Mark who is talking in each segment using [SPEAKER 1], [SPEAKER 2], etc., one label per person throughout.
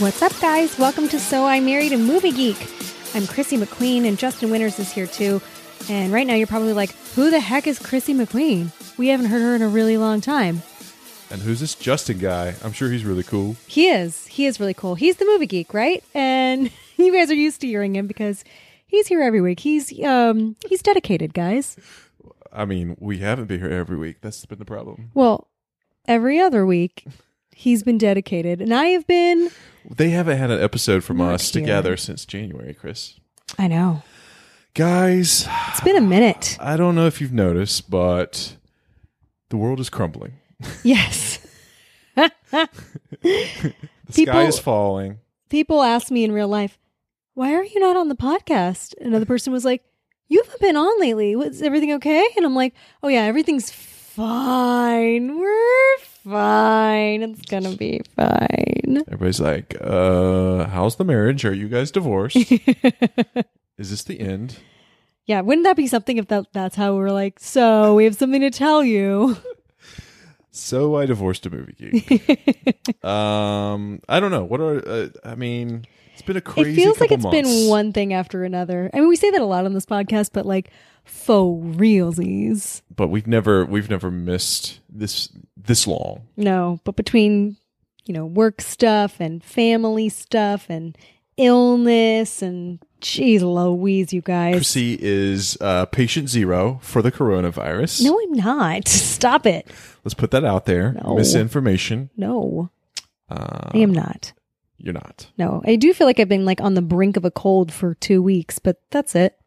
[SPEAKER 1] What's up, guys? Welcome to So I Married a Movie Geek. I'm Chrissy McQueen, and Justin Winters is here too. And right now, you're probably like, who the heck is Chrissy McQueen? We haven't heard her in a really long time.
[SPEAKER 2] And who's this Justin guy? I'm sure he's really cool.
[SPEAKER 1] He is. He is really cool. He's the movie geek, right? And you guys are used to hearing him because he's here every week. He's um he's dedicated, guys.
[SPEAKER 2] I mean, we haven't been here every week. That's been the problem.
[SPEAKER 1] Well, every other week he's been dedicated, and I have been.
[SPEAKER 2] They haven't had an episode from
[SPEAKER 1] Not
[SPEAKER 2] us
[SPEAKER 1] here.
[SPEAKER 2] together since January, Chris.
[SPEAKER 1] I know
[SPEAKER 2] Guys,
[SPEAKER 1] it's been a minute.
[SPEAKER 2] I don't know if you've noticed, but the world is crumbling.
[SPEAKER 1] Yes.
[SPEAKER 2] The
[SPEAKER 1] People-
[SPEAKER 2] sky is falling.
[SPEAKER 1] people ask me in real life, "Why are you not on the podcast?" Another person was like, "You haven't been on lately. Was everything okay?" And I'm like, "Oh yeah, everything's fine. We're fine. It's gonna be fine."
[SPEAKER 2] Everybody's like, uh, how's the marriage? Are you guys divorced? is this the end?
[SPEAKER 1] Yeah, wouldn't that be something if that that's how we're like? So we have something to tell you.
[SPEAKER 2] So I divorced a movie geek. um, I don't know. What are, uh, I mean, it's been a crazy
[SPEAKER 1] it feels like
[SPEAKER 2] couple
[SPEAKER 1] it's
[SPEAKER 2] months.
[SPEAKER 1] been one thing after another. I mean, we say that a lot on this podcast, but like for realsies,
[SPEAKER 2] but we've never we've never missed this this long.
[SPEAKER 1] no. But between you know work stuff and family stuff and illness and geez Louise, you guys.
[SPEAKER 2] Chrissy is uh, patient zero for the coronavirus.
[SPEAKER 1] no, I'm not. Stop it.
[SPEAKER 2] Let's put that out there.
[SPEAKER 1] No.
[SPEAKER 2] Misinformation.
[SPEAKER 1] No,
[SPEAKER 2] Uh,
[SPEAKER 1] I am not.
[SPEAKER 2] You're not.
[SPEAKER 1] No, I do feel like I've been like on the brink of a cold for two weeks, but that's it.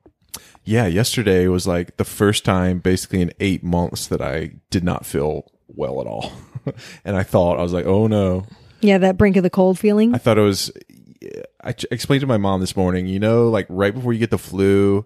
[SPEAKER 2] Yeah. Yesterday was like the first time, basically in eight months, that I did not feel well at all, and I thought I was like, oh no.
[SPEAKER 1] Yeah, that brink of the cold feeling.
[SPEAKER 2] I thought it was. I ch- explained to my mom this morning. You know, like right before you get the flu,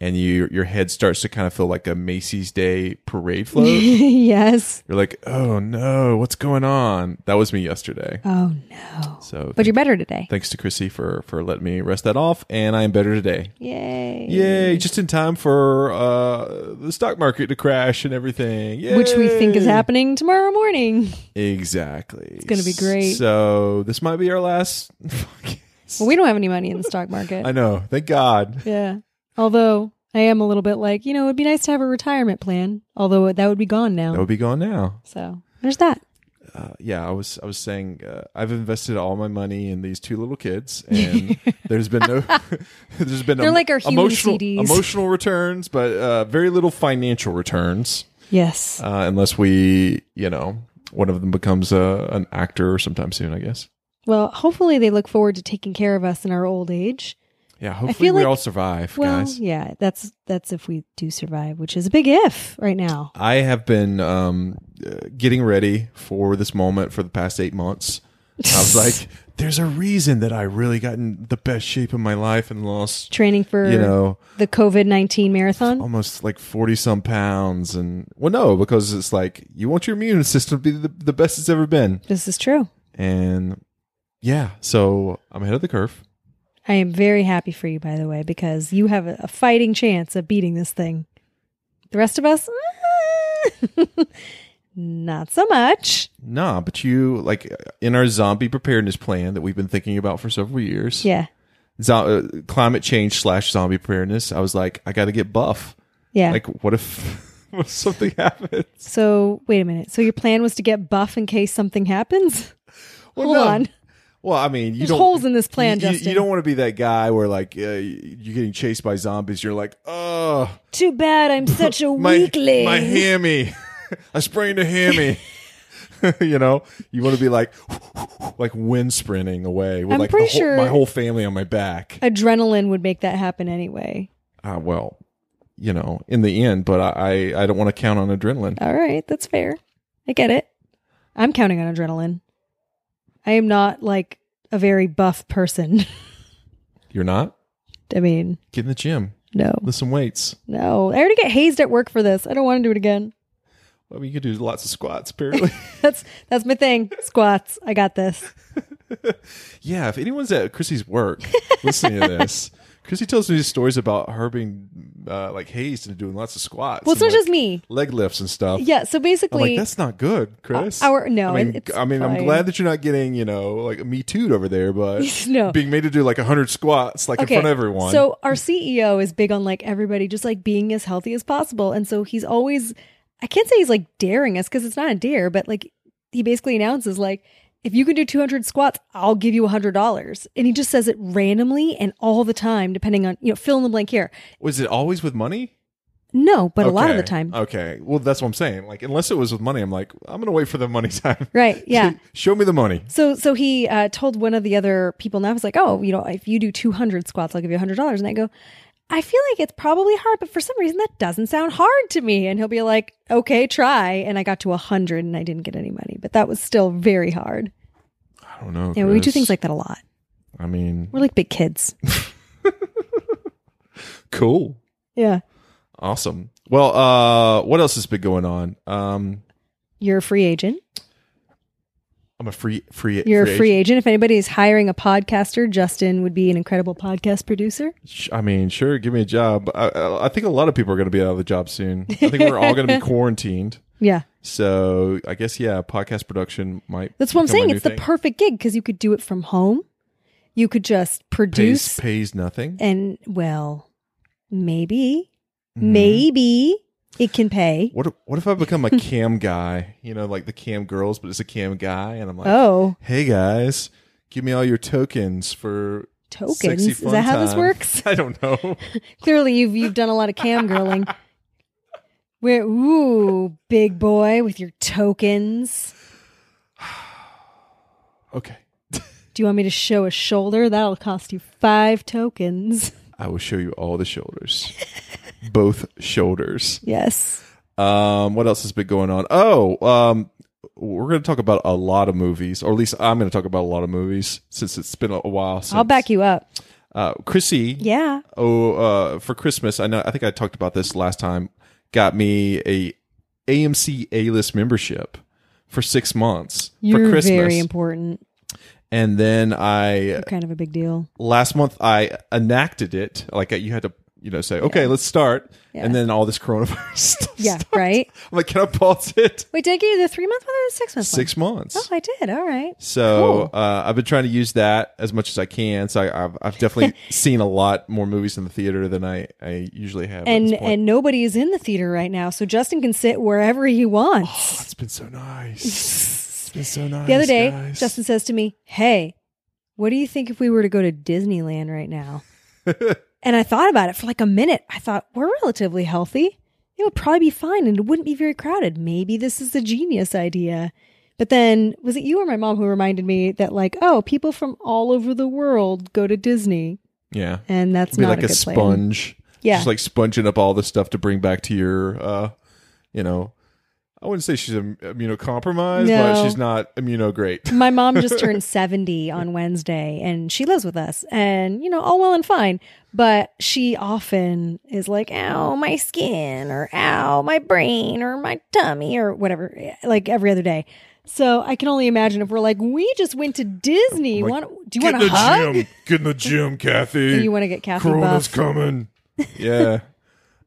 [SPEAKER 2] and you your head starts to kind of feel like a Macy's Day parade float.
[SPEAKER 1] yes.
[SPEAKER 2] You're like, oh no, what's going on? That was me yesterday.
[SPEAKER 1] Oh no.
[SPEAKER 2] So,
[SPEAKER 1] But you're better today.
[SPEAKER 2] thanks to Chrissy for for letting me rest that off, and I am better today.
[SPEAKER 1] Yay.
[SPEAKER 2] Yay! Just in time for uh, the stock market to crash and everything, Yay.
[SPEAKER 1] Which we think is happening tomorrow morning.
[SPEAKER 2] Exactly. It's
[SPEAKER 1] gonna be great. Oh,
[SPEAKER 2] So this might be our last. podcast.
[SPEAKER 1] Well, we don't have any money in the stock market.
[SPEAKER 2] I know. Thank God.
[SPEAKER 1] yeah. Although I am a little bit like, you know, it would be nice to have a retirement plan, although that would be gone now.
[SPEAKER 2] That would be gone now.
[SPEAKER 1] So there's that.
[SPEAKER 2] Uh, yeah, I was I was saying uh, I've invested all my money in these two little kids, and there's been no there's been
[SPEAKER 1] They're like our human
[SPEAKER 2] emotional
[SPEAKER 1] CDs.
[SPEAKER 2] emotional returns, but uh, very little financial returns
[SPEAKER 1] Yes.
[SPEAKER 2] uh, unless we you know one of them becomes a, an actor sometime soon, I guess.
[SPEAKER 1] Well, hopefully they look forward to taking care of us in our old age.
[SPEAKER 2] Yeah, hopefully
[SPEAKER 1] feel
[SPEAKER 2] we
[SPEAKER 1] like-
[SPEAKER 2] all survive,
[SPEAKER 1] Well,
[SPEAKER 2] guys.
[SPEAKER 1] yeah, that's that's if we do survive, which is a big if right now.
[SPEAKER 2] I have been um, uh, getting ready for this moment for the past eight months. I was like, there's a reason that I really got in the best shape of my life and lost.
[SPEAKER 1] Training for
[SPEAKER 2] You know, Oh.
[SPEAKER 1] the COVID nineteen marathon.
[SPEAKER 2] almost like 40 some pounds and well no because it's like you want your immune system to be the, the best it's ever been
[SPEAKER 1] This is true.
[SPEAKER 2] and yeah so i'm ahead of the curve
[SPEAKER 1] I am very happy for you, by the way, because you have a, a fighting chance of beating this thing. The rest of us, ah, not so much.
[SPEAKER 2] nah but you like uh, in our zombie preparedness plan that we've been thinking about for several years
[SPEAKER 1] Yeah,
[SPEAKER 2] zo- uh, climate change slash zombie preparedness i was like i gotta get buff
[SPEAKER 1] yeah.
[SPEAKER 2] like what if what if something happens
[SPEAKER 1] so wait a minute. So your plan was to get buff in case something happens.
[SPEAKER 2] Well,
[SPEAKER 1] Hold
[SPEAKER 2] no.
[SPEAKER 1] on.
[SPEAKER 2] Well, I mean, you
[SPEAKER 1] There's
[SPEAKER 2] don't,
[SPEAKER 1] holes in this plan,
[SPEAKER 2] you, you-
[SPEAKER 1] Justin.
[SPEAKER 2] You don't want to be that guy where like uh, you're getting chased by zombies. You're like, oh,
[SPEAKER 1] Too bad I'm such a
[SPEAKER 2] my,
[SPEAKER 1] weakling.
[SPEAKER 2] My hammy. I sprained a hammy. you know, you want to be like, like wind sprinting away with
[SPEAKER 1] I'm
[SPEAKER 2] like the
[SPEAKER 1] pretty
[SPEAKER 2] whole-
[SPEAKER 1] sure-
[SPEAKER 2] my whole family on my back.
[SPEAKER 1] Adrenaline would make that happen anyway.
[SPEAKER 2] Uh, well, you know, in the end, but I, I, I don't want to count on adrenaline.
[SPEAKER 1] All right, that's fair. I get it. I'm counting on adrenaline. I am not like a very buff person.
[SPEAKER 2] You're not?
[SPEAKER 1] I mean,
[SPEAKER 2] Get in the gym.
[SPEAKER 1] no,
[SPEAKER 2] Lift some weights.
[SPEAKER 1] no. I already get hazed at work for this. I don't want to do it again.
[SPEAKER 2] Well, you could do lots of squats, apparently.
[SPEAKER 1] That's that's my thing. Squats. I got this.
[SPEAKER 2] yeah, if anyone's at Chrissy's work listening to this, Chrissy tells me these stories about her being uh, like hazed and doing lots of squats.
[SPEAKER 1] Well, it's
[SPEAKER 2] and,
[SPEAKER 1] not just
[SPEAKER 2] like,
[SPEAKER 1] me.
[SPEAKER 2] leg lifts and stuff.
[SPEAKER 1] Yeah. So
[SPEAKER 2] I'm
[SPEAKER 1] basically,
[SPEAKER 2] like, that's not good, Chris.
[SPEAKER 1] our- no,
[SPEAKER 2] I mean,
[SPEAKER 1] it's
[SPEAKER 2] I mean, I'm
[SPEAKER 1] fine.
[SPEAKER 2] glad that you're not getting, you know, like me too'd over there, but
[SPEAKER 1] No.
[SPEAKER 2] being made to do like hundred squats, like in front of everyone.
[SPEAKER 1] So our CEO is big on like everybody just like being as healthy as possible, and so he's always I can't say he's like daring us because it's not a dare, but like he basically announces like if you can do 200 squats, I'll give you $100. And he just says it randomly and all the time, depending on you know fill in the blank here.
[SPEAKER 2] was it always with money?
[SPEAKER 1] No, but a lot of the
[SPEAKER 2] Okay.
[SPEAKER 1] time,
[SPEAKER 2] Okay. Well, that's what I'm saying. Like, unless it was with money, I'm like, I'm gonna wait for the money time.
[SPEAKER 1] right? Yeah.
[SPEAKER 2] Show me the money.
[SPEAKER 1] So, so he uh, told one of the other people, and I was like, "Oh, you know, if you do 200 squats, I'll give you $100." And I go, "I feel like it's probably hard, but for some reason that doesn't sound hard to me." And he'll be like, "Okay, try." And I got to 100, and I didn't get any money, but that was still very hard.
[SPEAKER 2] I don't know.
[SPEAKER 1] Yeah, we do
[SPEAKER 2] Chris.
[SPEAKER 1] things like that a lot.
[SPEAKER 2] I mean,
[SPEAKER 1] We're like big kids.
[SPEAKER 2] cool.
[SPEAKER 1] yeah,
[SPEAKER 2] Awesome. Well, uh, what else has been going on? Um,
[SPEAKER 1] you're a free agent.
[SPEAKER 2] I'm a free free.
[SPEAKER 1] You're a free
[SPEAKER 2] agent.
[SPEAKER 1] agent. If anybody is hiring a podcaster, Justin would be an incredible podcast producer.
[SPEAKER 2] Sh- I mean, sure, give me a job. I- I, I think a lot of people are going to be out of the job soon. I think we're all going to be quarantined.
[SPEAKER 1] Yeah,
[SPEAKER 2] So I guess yeah, podcast production might.
[SPEAKER 1] that's what I'm
[SPEAKER 2] become a
[SPEAKER 1] saying.
[SPEAKER 2] new
[SPEAKER 1] It's the
[SPEAKER 2] thing.
[SPEAKER 1] perfect gig because you could do it from home. You could just produce.
[SPEAKER 2] pays pays nothing.
[SPEAKER 1] And well, maybe,
[SPEAKER 2] Mm-hmm.
[SPEAKER 1] maybe it can pay.
[SPEAKER 2] What if, what if I become a cam guy? You know, like the cam girls, but it's a cam guy, and I'm like,
[SPEAKER 1] Oh,
[SPEAKER 2] hey guys, give me all your tokens for
[SPEAKER 1] tokens.
[SPEAKER 2] Sexy
[SPEAKER 1] Is
[SPEAKER 2] fun
[SPEAKER 1] that how this
[SPEAKER 2] time."
[SPEAKER 1] works?
[SPEAKER 2] I don't know.
[SPEAKER 1] Clearly, you've you've done a lot of cam girling. Where ooh, big boy with your tokens.
[SPEAKER 2] okay,
[SPEAKER 1] Do you want me to show a shoulder? That'll cost you five tokens.
[SPEAKER 2] I will show you all the shoulders, both shoulders.
[SPEAKER 1] Yes.
[SPEAKER 2] Um, what else has been going on? Oh, um, we're going to talk about a lot of movies, or at least I'm going to talk about a lot of movies since it's been a while. Since,
[SPEAKER 1] I'll back you up.
[SPEAKER 2] Uh, Chrissy,
[SPEAKER 1] Yeah.
[SPEAKER 2] oh, uh, for Christmas, I know. I think I talked about this last time. Got me a AMC A List membership for six months for
[SPEAKER 1] You're
[SPEAKER 2] Christmas,
[SPEAKER 1] very important.
[SPEAKER 2] and then I
[SPEAKER 1] You're kind of a big deal.
[SPEAKER 2] last month I enacted it. Like you had to, you know, say, okay, let's start, and then all this coronavirus. stuff
[SPEAKER 1] Yeah,
[SPEAKER 2] starts.
[SPEAKER 1] right?
[SPEAKER 2] I'm like, can I pause it?
[SPEAKER 1] Wait, did I give you the three month one or the six month one?
[SPEAKER 2] Six months.
[SPEAKER 1] Oh, I did. All right.
[SPEAKER 2] So uh, I've been trying to use that as much as I can. So I, I've, I've definitely seen a lot more movies in the theater than I, I usually have. at
[SPEAKER 1] and
[SPEAKER 2] this point.
[SPEAKER 1] and nobody is in the theater right now, so Justin can sit wherever he wants.
[SPEAKER 2] it's been so nice. It's been so Oh, nice.
[SPEAKER 1] the other day,
[SPEAKER 2] guys.
[SPEAKER 1] Justin says to me, "Hey, what do you think if we were to go to Disneyland right now?" and I thought about it for like a minute. I thought we're relatively healthy; it would probably be fine, and it wouldn't be very crowded. Maybe this is a genius idea. But then, was it you or my mom who reminded me that, like, oh, people from all over the world go to Disney,
[SPEAKER 2] yeah,
[SPEAKER 1] and that's
[SPEAKER 2] be
[SPEAKER 1] not
[SPEAKER 2] like
[SPEAKER 1] a
[SPEAKER 2] a,
[SPEAKER 1] good plan.
[SPEAKER 2] sponge.
[SPEAKER 1] Yeah.
[SPEAKER 2] just like sponging up all the stuff to bring back to your, uh, you know, I wouldn't say she's im- immunocompromised, but
[SPEAKER 1] No.
[SPEAKER 2] she's not immunogreat.
[SPEAKER 1] My mom just turned 70 on Wednesday and she lives with us and, you know, all well and fine. But she often is like, ow, my skin or ow, my brain or my tummy or whatever, like every other day. So I can only imagine if we're like, we just went to Disney.
[SPEAKER 2] Like,
[SPEAKER 1] want, do you want to hug?
[SPEAKER 2] gym. Get in the gym, Kathy.
[SPEAKER 1] Do you want to get Kathy buff?
[SPEAKER 2] coming. yeah.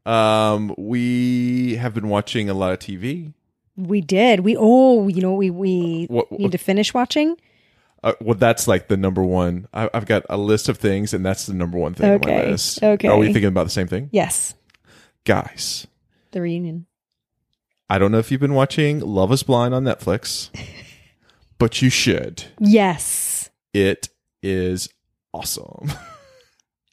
[SPEAKER 2] Um, we have been watching a lot of TV.
[SPEAKER 1] we did. We, oh, you know, what we, we
[SPEAKER 2] What-
[SPEAKER 1] need to finish watching.
[SPEAKER 2] Uh, well, that's like the number one. I, I've got a list of things, and that's the number one thing on my
[SPEAKER 1] Okay.
[SPEAKER 2] list.
[SPEAKER 1] Okay.
[SPEAKER 2] Are we thinking about the same thing?
[SPEAKER 1] Yes.
[SPEAKER 2] Guys,
[SPEAKER 1] The reunion.
[SPEAKER 2] I don't know if you've been watching Love is Blind on Netflix, but you should.
[SPEAKER 1] Yes.
[SPEAKER 2] It is awesome.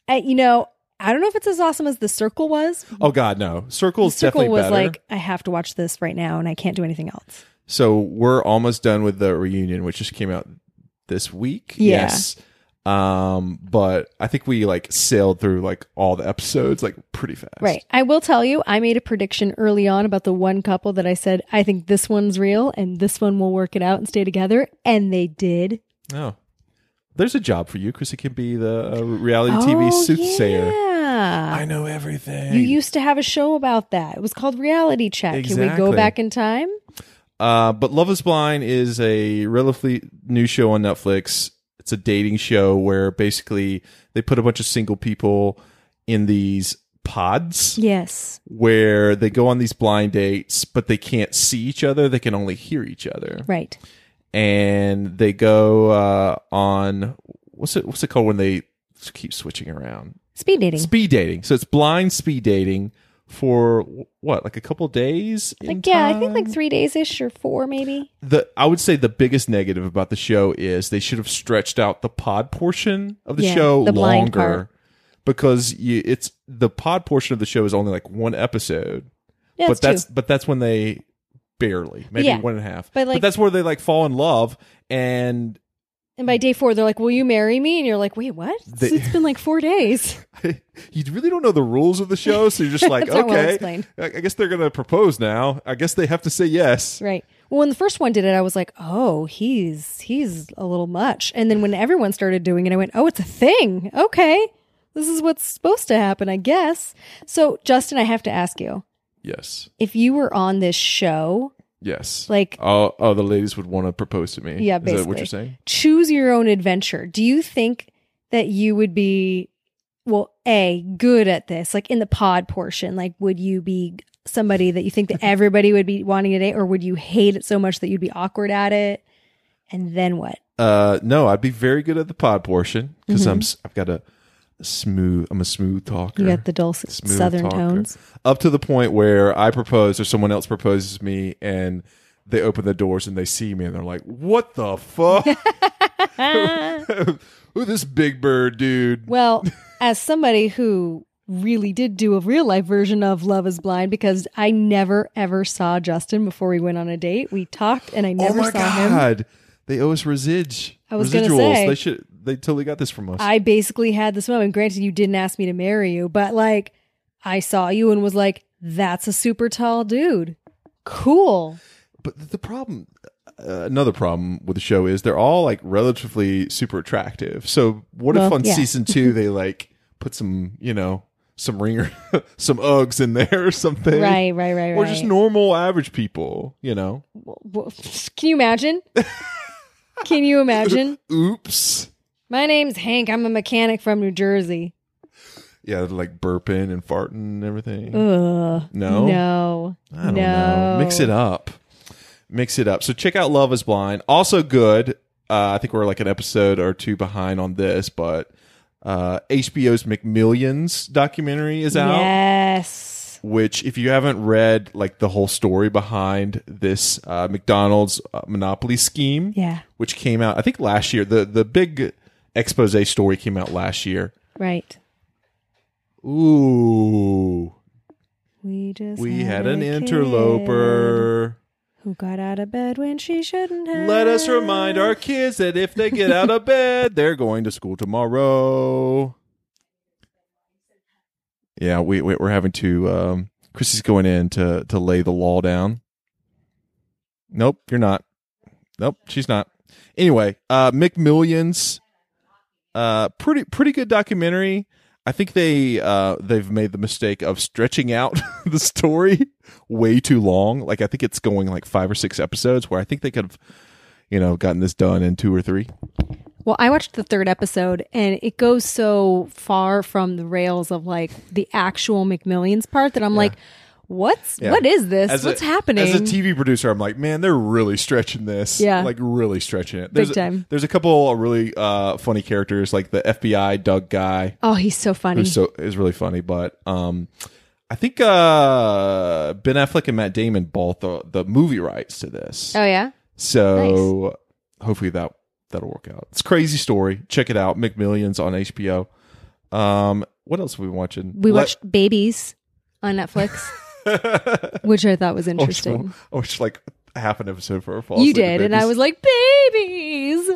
[SPEAKER 1] Uh, you know, I don't know if it's as awesome as The Circle was,
[SPEAKER 2] oh, God, no. Circle's
[SPEAKER 1] Circle
[SPEAKER 2] definitely
[SPEAKER 1] was
[SPEAKER 2] better.
[SPEAKER 1] like, I have to watch this right now, and I can't do anything else.
[SPEAKER 2] So we're almost done with the reunion, which just came out this week.
[SPEAKER 1] Yeah.
[SPEAKER 2] Yes. Um, but I think we like sailed through like all the episodes like pretty fast.
[SPEAKER 1] Right. I will tell you, I made a prediction early on about the one couple that I said I think this one's real, and this one will work it out and stay together, and they did.
[SPEAKER 2] Oh, there's a job for you because it can be the uh, reality TV
[SPEAKER 1] Oh,
[SPEAKER 2] soothsayer.
[SPEAKER 1] Yeah.
[SPEAKER 2] I know everything.
[SPEAKER 1] You used to have a show about that. It was called Reality Check. Can we go
[SPEAKER 2] Exactly.
[SPEAKER 1] back in time?
[SPEAKER 2] Uh, but Love is Blind is a relatively new show on Netflix. It's a dating show where basically they put a bunch of single people in these pods
[SPEAKER 1] Yes.
[SPEAKER 2] where they go on these blind dates, but they can't see each other. They can only hear each other.
[SPEAKER 1] Right.
[SPEAKER 2] And they go uh, on what's it what's it called when they keep switching around?
[SPEAKER 1] Speed dating.
[SPEAKER 2] Speed dating. So it's blind speed dating for what, like a couple days? in
[SPEAKER 1] like yeah, I think like
[SPEAKER 2] time?
[SPEAKER 1] three days ish or four maybe.
[SPEAKER 2] the I would say the biggest negative about the show is they should have stretched out the pod portion of the
[SPEAKER 1] Yeah,
[SPEAKER 2] show
[SPEAKER 1] the blind part.
[SPEAKER 2] longer because you, it's the pod portion of the show is only like one episode,
[SPEAKER 1] Yeah, that's,
[SPEAKER 2] but that's
[SPEAKER 1] true.
[SPEAKER 2] but that's when they barely maybe
[SPEAKER 1] Yeah,
[SPEAKER 2] one and a half.
[SPEAKER 1] but, like-
[SPEAKER 2] that's where they like fall in love and
[SPEAKER 1] And by day four, they're like, "Will you marry me?" And you're like, "Wait, what?
[SPEAKER 2] They-
[SPEAKER 1] So it's been like four days."
[SPEAKER 2] you really don't know the rules of the show, so you're just like
[SPEAKER 1] That's not well
[SPEAKER 2] okay,
[SPEAKER 1] explained.
[SPEAKER 2] I I guess they're gonna propose now. I guess they have to say yes.
[SPEAKER 1] Right. Well, when the first one did it, I was like, "Oh, he's he's a little much." And then when everyone started doing it, I went, "Oh, it's a thing. Okay, this is what's supposed to happen, I guess." So, Justin, I have to ask you
[SPEAKER 2] Yes,
[SPEAKER 1] if you were on this show,
[SPEAKER 2] yes.
[SPEAKER 1] like
[SPEAKER 2] oh, oh, the ladies would want to propose to me.
[SPEAKER 1] Yeah,
[SPEAKER 2] is that what
[SPEAKER 1] basically.
[SPEAKER 2] you're saying?
[SPEAKER 1] choose your own adventure. Do you think that you would be well, a good at this, like in the pod portion? Like, would you be somebody that you think that everybody would be wanting to date, or would you hate it so much that you'd be awkward at it? And then what?
[SPEAKER 2] Uh, no, I'd be very good at the pod portion because
[SPEAKER 1] Mhm.
[SPEAKER 2] I'm s- I've got a smooth I'm a smooth talker.
[SPEAKER 1] You got the dulcet
[SPEAKER 2] Smooth
[SPEAKER 1] southern
[SPEAKER 2] talker.
[SPEAKER 1] tones.
[SPEAKER 2] Up to the point where I propose or someone else proposes me and they open the doors and they see me and they're like, "What the fuck? Who this big bird dude?"
[SPEAKER 1] Well, as somebody who really did do a real life version of Love is Blind because I never ever saw Justin before we went on a date. We talked and I
[SPEAKER 2] oh
[SPEAKER 1] never
[SPEAKER 2] my
[SPEAKER 1] saw him.
[SPEAKER 2] god, they owe us residuals.
[SPEAKER 1] I was gonna
[SPEAKER 2] residuals.
[SPEAKER 1] say.
[SPEAKER 2] they should. They totally got this from us.
[SPEAKER 1] I basically had this moment. Granted, you didn't ask me to marry you, but like I saw you and was like, that's a super tall dude. Cool.
[SPEAKER 2] but the problem uh, another problem with the show is they're all like relatively super attractive so what if
[SPEAKER 1] Well,
[SPEAKER 2] on
[SPEAKER 1] yeah.
[SPEAKER 2] season two they like put some you know some ringer some uggs in there or something
[SPEAKER 1] Right, right, right, right.
[SPEAKER 2] or just normal average people you know
[SPEAKER 1] Well, Can you imagine? Can you imagine?
[SPEAKER 2] oops
[SPEAKER 1] My name's Hank. I'm a mechanic from New Jersey.
[SPEAKER 2] yeah they're, like burping and farting and everything
[SPEAKER 1] Ugh.
[SPEAKER 2] No?
[SPEAKER 1] No.
[SPEAKER 2] i don't
[SPEAKER 1] no.
[SPEAKER 2] know mix it up mix it up so check out love is blind also good uh, i think we're like an episode or two behind on this but uh, hbo's mcmillions documentary is out
[SPEAKER 1] Yes.
[SPEAKER 2] which if you haven't read like the whole story behind this uh, mcdonald's uh, monopoly scheme
[SPEAKER 1] Yeah.
[SPEAKER 2] which came out i think last year the, the big expose story came out last year
[SPEAKER 1] Right.
[SPEAKER 2] ooh
[SPEAKER 1] We just
[SPEAKER 2] we had
[SPEAKER 1] a
[SPEAKER 2] an
[SPEAKER 1] kid
[SPEAKER 2] interloper
[SPEAKER 1] who got out of bed when she shouldn't have.
[SPEAKER 2] Let us remind our kids that if they get out of bed, they're going to school tomorrow. Yeah, we, we we're having to. Um, Chrissy's going in to to lay the law down. Nope, you're not. Nope, she's not. Anyway, uh, McMillions, uh, pretty pretty good documentary. I think they uh, they've made the mistake of stretching out the story way too long. Like I think it's going like five or six episodes where I think they could have, you know, gotten this done in two or three.
[SPEAKER 1] Well, I watched the third episode and it goes so far from the rails of like the actual McMillions part that I'm like, what's
[SPEAKER 2] Yeah.
[SPEAKER 1] what is this? What's
[SPEAKER 2] a,
[SPEAKER 1] happening?
[SPEAKER 2] As a TV producer, I'm like, man, they're really stretching this.
[SPEAKER 1] Yeah.
[SPEAKER 2] like really stretching it. There's a-
[SPEAKER 1] time.
[SPEAKER 2] there's a couple of really uh, funny characters like the FBI Doug guy.
[SPEAKER 1] oh, he's so funny.
[SPEAKER 2] who's so is really funny. But um, I think uh, Ben Affleck and Matt Damon bought the the movie rights to this,
[SPEAKER 1] oh yeah.
[SPEAKER 2] so hopefully that that'll work out. It's a crazy story. Check it out, McMillions on HBO. Um, what else are we watching?
[SPEAKER 1] We
[SPEAKER 2] Le-
[SPEAKER 1] watched Babies on Netflix, which I thought was
[SPEAKER 2] I watched,
[SPEAKER 1] interesting.
[SPEAKER 2] I watched like half an episode for a fall.
[SPEAKER 1] You
[SPEAKER 2] asleep to
[SPEAKER 1] did, and I
[SPEAKER 2] babies.
[SPEAKER 1] was like, babies.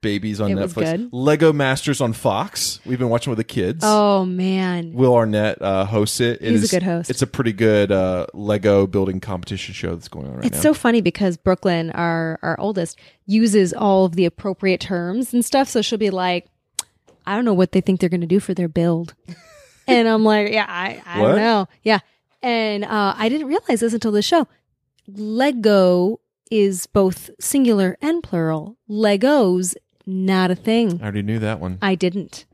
[SPEAKER 2] Babies on
[SPEAKER 1] It was
[SPEAKER 2] Netflix.
[SPEAKER 1] good.
[SPEAKER 2] Lego Masters on Fox. We've been watching with the kids.
[SPEAKER 1] Oh man.
[SPEAKER 2] Will Arnett uh, hosts it. It
[SPEAKER 1] He's a
[SPEAKER 2] is-
[SPEAKER 1] good host.
[SPEAKER 2] It's a pretty good uh, Lego building competition show that's going on right
[SPEAKER 1] It's
[SPEAKER 2] now.
[SPEAKER 1] so funny because Brooklyn, our our oldest, uses all of the appropriate terms and stuff. So she'll be like, I don't know what they think they're gonna do for their build. and I'm like, Yeah, I, I
[SPEAKER 2] What?
[SPEAKER 1] don't know. Yeah. And uh, I didn't realize this until this show. Lego is both singular and plural. Legos, not a thing.
[SPEAKER 2] I already knew that one.
[SPEAKER 1] I didn't.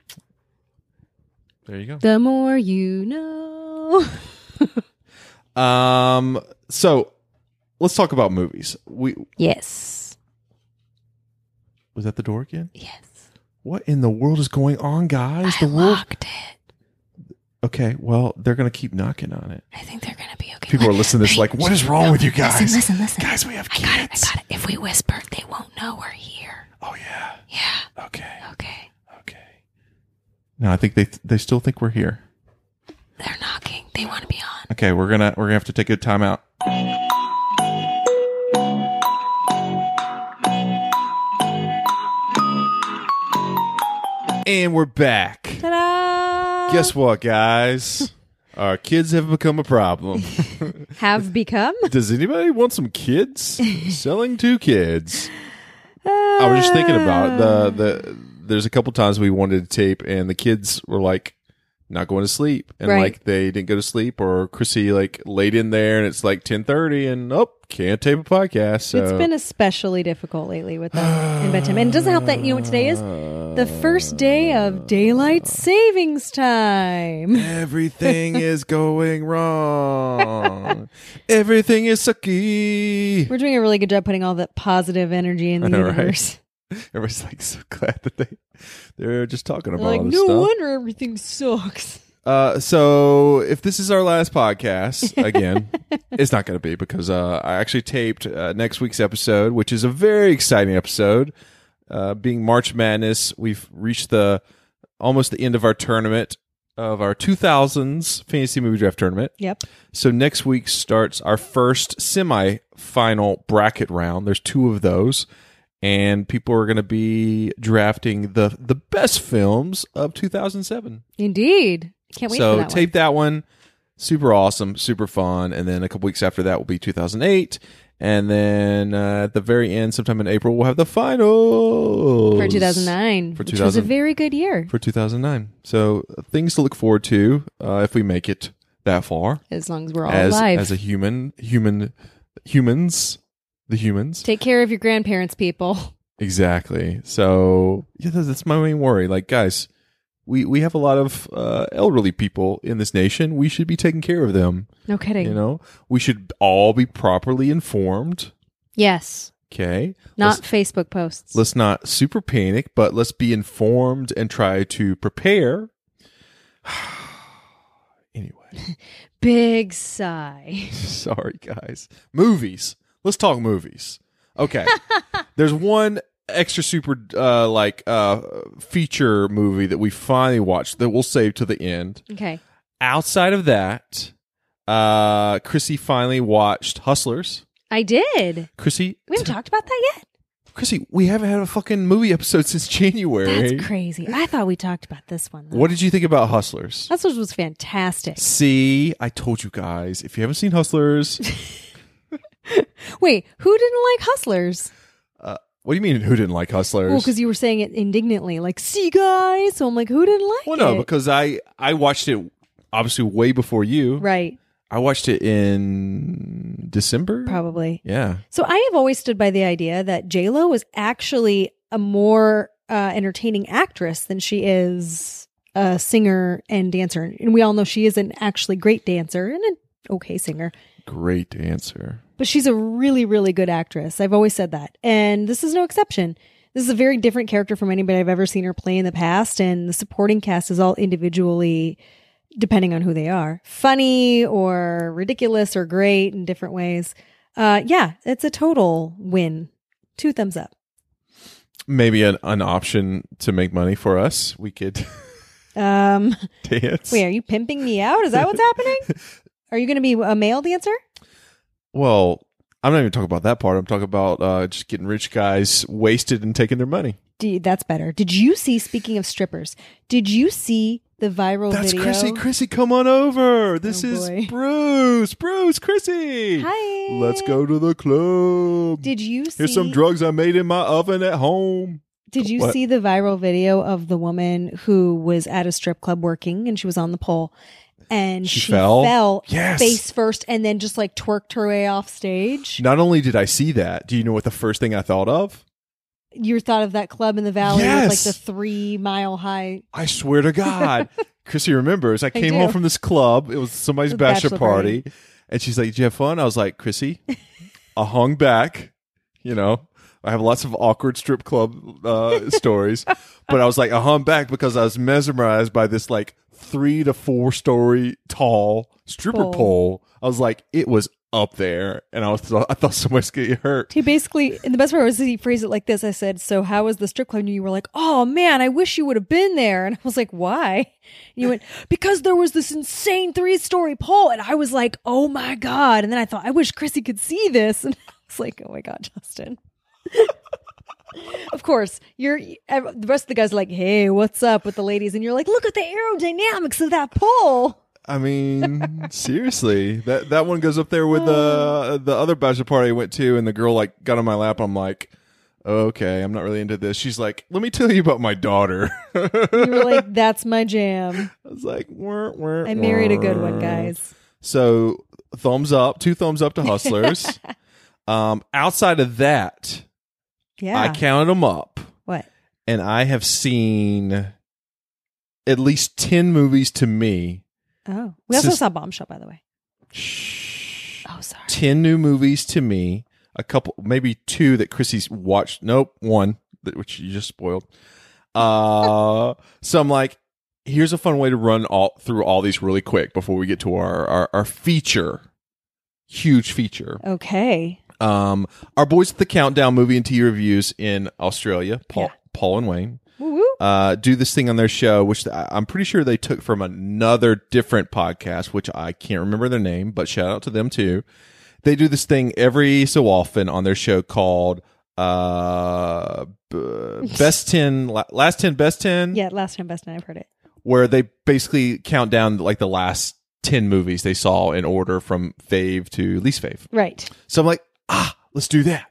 [SPEAKER 2] There you go.
[SPEAKER 1] The more you know.
[SPEAKER 2] Um, so let's talk about movies. We
[SPEAKER 1] yes.
[SPEAKER 2] was that the door again?
[SPEAKER 1] Yes.
[SPEAKER 2] What in the world is going on, guys? the world.
[SPEAKER 1] Locked it.
[SPEAKER 2] Okay, well they're gonna keep knocking on it.
[SPEAKER 1] I think they're gonna be okay.
[SPEAKER 2] People are listening to this like, what is wrong with you guys?
[SPEAKER 1] Listen, listen, listen.
[SPEAKER 2] Guys, we have
[SPEAKER 1] I
[SPEAKER 2] kids.
[SPEAKER 1] got it. I got it. If we whisper, they won't know we're here.
[SPEAKER 2] Oh yeah.
[SPEAKER 1] Yeah.
[SPEAKER 2] Okay.
[SPEAKER 1] Okay.
[SPEAKER 2] Okay. No, I think they they still think we're here.
[SPEAKER 1] They're knocking. They want to be on.
[SPEAKER 2] Okay, we're gonna we're gonna have to take a timeout. And we're back.
[SPEAKER 1] Ta-da!
[SPEAKER 2] Guess what, guys? Our kids have become a problem.
[SPEAKER 1] Have become.
[SPEAKER 2] Does anybody want some kids? Selling two kids. I was just thinking about
[SPEAKER 1] Ah.
[SPEAKER 2] it. the the. There's a couple times we wanted to tape, and the kids were like not going to sleep, and
[SPEAKER 1] Right.
[SPEAKER 2] like they didn't go to sleep, or Chrissy like laid in there, and it's like ten thirty, and oh, can't tape a podcast. So
[SPEAKER 1] It's been especially difficult lately with them in bedtime, and it doesn't help that you know what today is the first day of daylight savings time.
[SPEAKER 2] everything is going wrong. everything is sucky.
[SPEAKER 1] We're doing a really good job putting all that positive energy in the
[SPEAKER 2] I know, right?
[SPEAKER 1] universe.
[SPEAKER 2] Everybody's like so glad that they they're just talking about
[SPEAKER 1] Like,
[SPEAKER 2] all this
[SPEAKER 1] no
[SPEAKER 2] stuff.
[SPEAKER 1] wonder everything sucks.
[SPEAKER 2] Uh, so if this is our last podcast again, it's not going to be because uh, I actually taped uh, next week's episode, which is a very exciting episode. Uh, being March Madness, we've reached the almost the end of our tournament of our 2000s fantasy movie draft tournament.
[SPEAKER 1] Yep.
[SPEAKER 2] So next week starts our first semi-final bracket round. There's two of those, and people are going to be drafting the the best films of 2007
[SPEAKER 1] Indeed. Can't wait
[SPEAKER 2] so
[SPEAKER 1] for that
[SPEAKER 2] tape that one. Super awesome, super fun. And then a couple weeks after that will be 2008. And then uh, at the very end, sometime in April, we'll have the final
[SPEAKER 1] one. For 2009,
[SPEAKER 2] For
[SPEAKER 1] which was a
[SPEAKER 2] 2000
[SPEAKER 1] very good year.
[SPEAKER 2] For 2009. So uh, things to look forward to uh, if we make it that far
[SPEAKER 1] as long as we're all
[SPEAKER 2] as
[SPEAKER 1] alive.
[SPEAKER 2] as a human, human, humans, the humans.
[SPEAKER 1] Take care of your grandparents, people.
[SPEAKER 2] Exactly. So yeah, that's, that's my main worry. Like, guys, we we have a lot of uh, elderly people in this nation. We should be taking care of them.
[SPEAKER 1] No kidding.
[SPEAKER 2] You know, we should all be properly informed.
[SPEAKER 1] yes.
[SPEAKER 2] Okay.
[SPEAKER 1] Not
[SPEAKER 2] Let's,
[SPEAKER 1] Facebook posts.
[SPEAKER 2] let's not super panic, but let's be informed and try to prepare. anyway,
[SPEAKER 1] Big sigh.
[SPEAKER 2] sorry guys. Movies. Let's talk movies. Okay. There's one extra super uh like uh feature movie that we finally watched that we'll save to the end.
[SPEAKER 1] Okay.
[SPEAKER 2] Outside of that, uh Chrissy finally watched Hustlers.
[SPEAKER 1] I did.
[SPEAKER 2] Chrissy,
[SPEAKER 1] We haven't talked about that yet.
[SPEAKER 2] Chrissy, we haven't had a fucking movie episode since January.
[SPEAKER 1] That's crazy. I thought we talked about this one. Though.
[SPEAKER 2] What did you think about Hustlers?
[SPEAKER 1] Hustlers was fantastic.
[SPEAKER 2] See, I told you guys. If you haven't seen Hustlers,
[SPEAKER 1] Wait, who didn't like Hustlers?
[SPEAKER 2] what do you mean? Who didn't like Hustlers?
[SPEAKER 1] Well, because you were saying it indignantly, like, see, guys. So I'm like, who didn't like
[SPEAKER 2] Well, no,
[SPEAKER 1] it?
[SPEAKER 2] because I I watched it obviously way before you.
[SPEAKER 1] right.
[SPEAKER 2] I watched it in December.
[SPEAKER 1] Probably.
[SPEAKER 2] Yeah.
[SPEAKER 1] So I have always stood by the idea that J Lo was actually a more uh, entertaining actress than she is a singer and dancer, and we all know she is an actually great dancer and an okay singer,
[SPEAKER 2] Great answer.
[SPEAKER 1] but she's a really, really good actress. I've always said that, and this is no exception. This is a very different character from anybody I've ever seen her play in the past, and the supporting cast is all individually, depending on who they are, funny or ridiculous or great in different ways. Uh, yeah, it's a total win. Two thumbs up.
[SPEAKER 2] Maybe an, an option to make money for us. We could
[SPEAKER 1] Um,
[SPEAKER 2] dance.
[SPEAKER 1] wait, are you pimping me out? Is that what's happening? Are you going to be a male dancer?
[SPEAKER 2] Well, I'm not even talking about that part. I'm talking about uh, just getting rich guys wasted and taking their money.
[SPEAKER 1] D- that's better. Did you see? Speaking of strippers, did you see the viral
[SPEAKER 2] That's
[SPEAKER 1] video?
[SPEAKER 2] Chrissy. Chrissy, come on over. This
[SPEAKER 1] Oh,
[SPEAKER 2] is
[SPEAKER 1] boy.
[SPEAKER 2] Bruce. Bruce, Chrissy.
[SPEAKER 1] Hi.
[SPEAKER 2] Let's go to the club.
[SPEAKER 1] Did you see?
[SPEAKER 2] Here's some drugs I made in my oven at home.
[SPEAKER 1] Did you
[SPEAKER 2] What?
[SPEAKER 1] see the viral video of the woman who was at a strip club working and she was on the pole and
[SPEAKER 2] She
[SPEAKER 1] she,
[SPEAKER 2] fell?
[SPEAKER 1] fell,
[SPEAKER 2] Yes.
[SPEAKER 1] face first and then just like twerked her way off stage?
[SPEAKER 2] Not only did I see that, do you know what the first thing I thought of?
[SPEAKER 1] You thought of that club in the valley with
[SPEAKER 2] Yes.
[SPEAKER 1] like the three mile high
[SPEAKER 2] I swear to God. Chrissy remembers I came
[SPEAKER 1] do.
[SPEAKER 2] home from this club. It was somebody's
[SPEAKER 1] The
[SPEAKER 2] bachelor,
[SPEAKER 1] bachelor
[SPEAKER 2] party.
[SPEAKER 1] party.
[SPEAKER 2] And she's like, Did you have fun? I was like, Chrissy, I hung back. You know, I have lots of awkward strip club uh, stories. But I was like, I hung back because I was mesmerized by this like three to four story tall stripper pole.
[SPEAKER 1] Pole.
[SPEAKER 2] I was like, It was up there. And I, was, I thought somebody's going to get hurt.
[SPEAKER 1] He basically, and the best part was he phrased it like this. I said, "So how was the strip club?" And you were like, "Oh man, I wish you would have been there." And I was like, "Why?" And you went, "Because there was this insane three-story pole," and I was like, "Oh my god!" And then I thought, "I wish Chrissy could see this." And I was like, "Oh my god, Justin." of course, you're ev- the rest of the guys are like, "Hey, what's up with the ladies?" And you're like, "Look at the aerodynamics of that pole."
[SPEAKER 2] I mean, seriously, that that one goes up there with
[SPEAKER 1] Oh.
[SPEAKER 2] the the other bachelor party I went to, and the girl like got on my lap. I'm like, okay, I'm not really into this. She's like, let me tell you about my daughter. I
[SPEAKER 1] You were like, "That's my jam."
[SPEAKER 2] was like, wah, wah,
[SPEAKER 1] I married a good
[SPEAKER 2] wah.
[SPEAKER 1] one, guys.
[SPEAKER 2] So thumbs up, two thumbs up to Hustlers. um, outside of that,
[SPEAKER 1] Yeah.
[SPEAKER 2] I counted them up,
[SPEAKER 1] What?
[SPEAKER 2] and I have seen at least ten movies to me.
[SPEAKER 1] Oh, we also
[SPEAKER 2] Sis-
[SPEAKER 1] saw Bombshell, by the way. Oh, sorry.
[SPEAKER 2] 10 new movies to me, a couple, maybe two that Chrissy's watched. Nope, one, that- which you just spoiled. Uh, so I'm like, here's a fun way to run all through all these really quick before we get to our, our, our feature, huge feature.
[SPEAKER 1] Okay.
[SPEAKER 2] Um, our boys at the Countdown movie and TV reviews in Australia, Paul,
[SPEAKER 1] Yeah.
[SPEAKER 2] Paul and Wayne
[SPEAKER 1] Woo woo.
[SPEAKER 2] uh, do this thing on their show, which I- I'm pretty sure they took from another different podcast, which I can't remember their name, but shout out to them too. They do this thing every so often on their show called uh, b- Best 10, La- Last 10, Best 10,
[SPEAKER 1] Yeah, last time, best night. I've heard it.
[SPEAKER 2] where they basically count down like the last 10 movies they saw in order from fave to least fave.
[SPEAKER 1] Right.
[SPEAKER 2] So I'm like, ah, let's do that.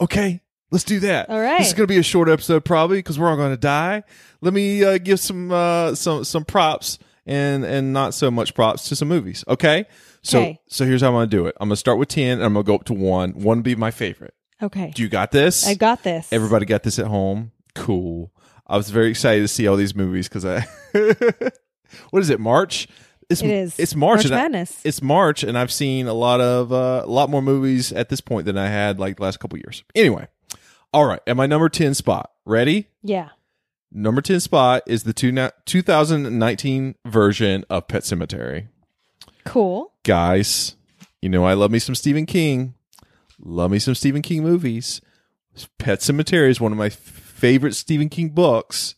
[SPEAKER 2] Okay, let's do that.
[SPEAKER 1] All right.
[SPEAKER 2] This is going to be a short episode probably because we're all going to die. Let me uh, give some uh, some some props and and not so much props to some movies. Okay. So
[SPEAKER 1] Okay.
[SPEAKER 2] so here's how I'm going to do it. I'm going to start with ten and I'm going to go up to one. One be my favorite.
[SPEAKER 1] Okay.
[SPEAKER 2] Do you got this?
[SPEAKER 1] I got this.
[SPEAKER 2] Everybody got this at home. Cool. I was very excited to see all these movies because I. what is it? March. It's,
[SPEAKER 1] It is.
[SPEAKER 2] It's March.
[SPEAKER 1] March
[SPEAKER 2] and I-
[SPEAKER 1] Madness.
[SPEAKER 2] it's March, and I've seen a lot of uh, a lot more movies at this point than I had like the last couple years. Anyway, all right. At my number ten spot, ready?
[SPEAKER 1] yeah.
[SPEAKER 2] Number ten spot is the two na- 2019 version of Pet Cemetery.
[SPEAKER 1] Cool.
[SPEAKER 2] Guys, you know I love me some Stephen King. Love me some Stephen King movies. Pet Cemetery is one of my f- favorite Stephen King books.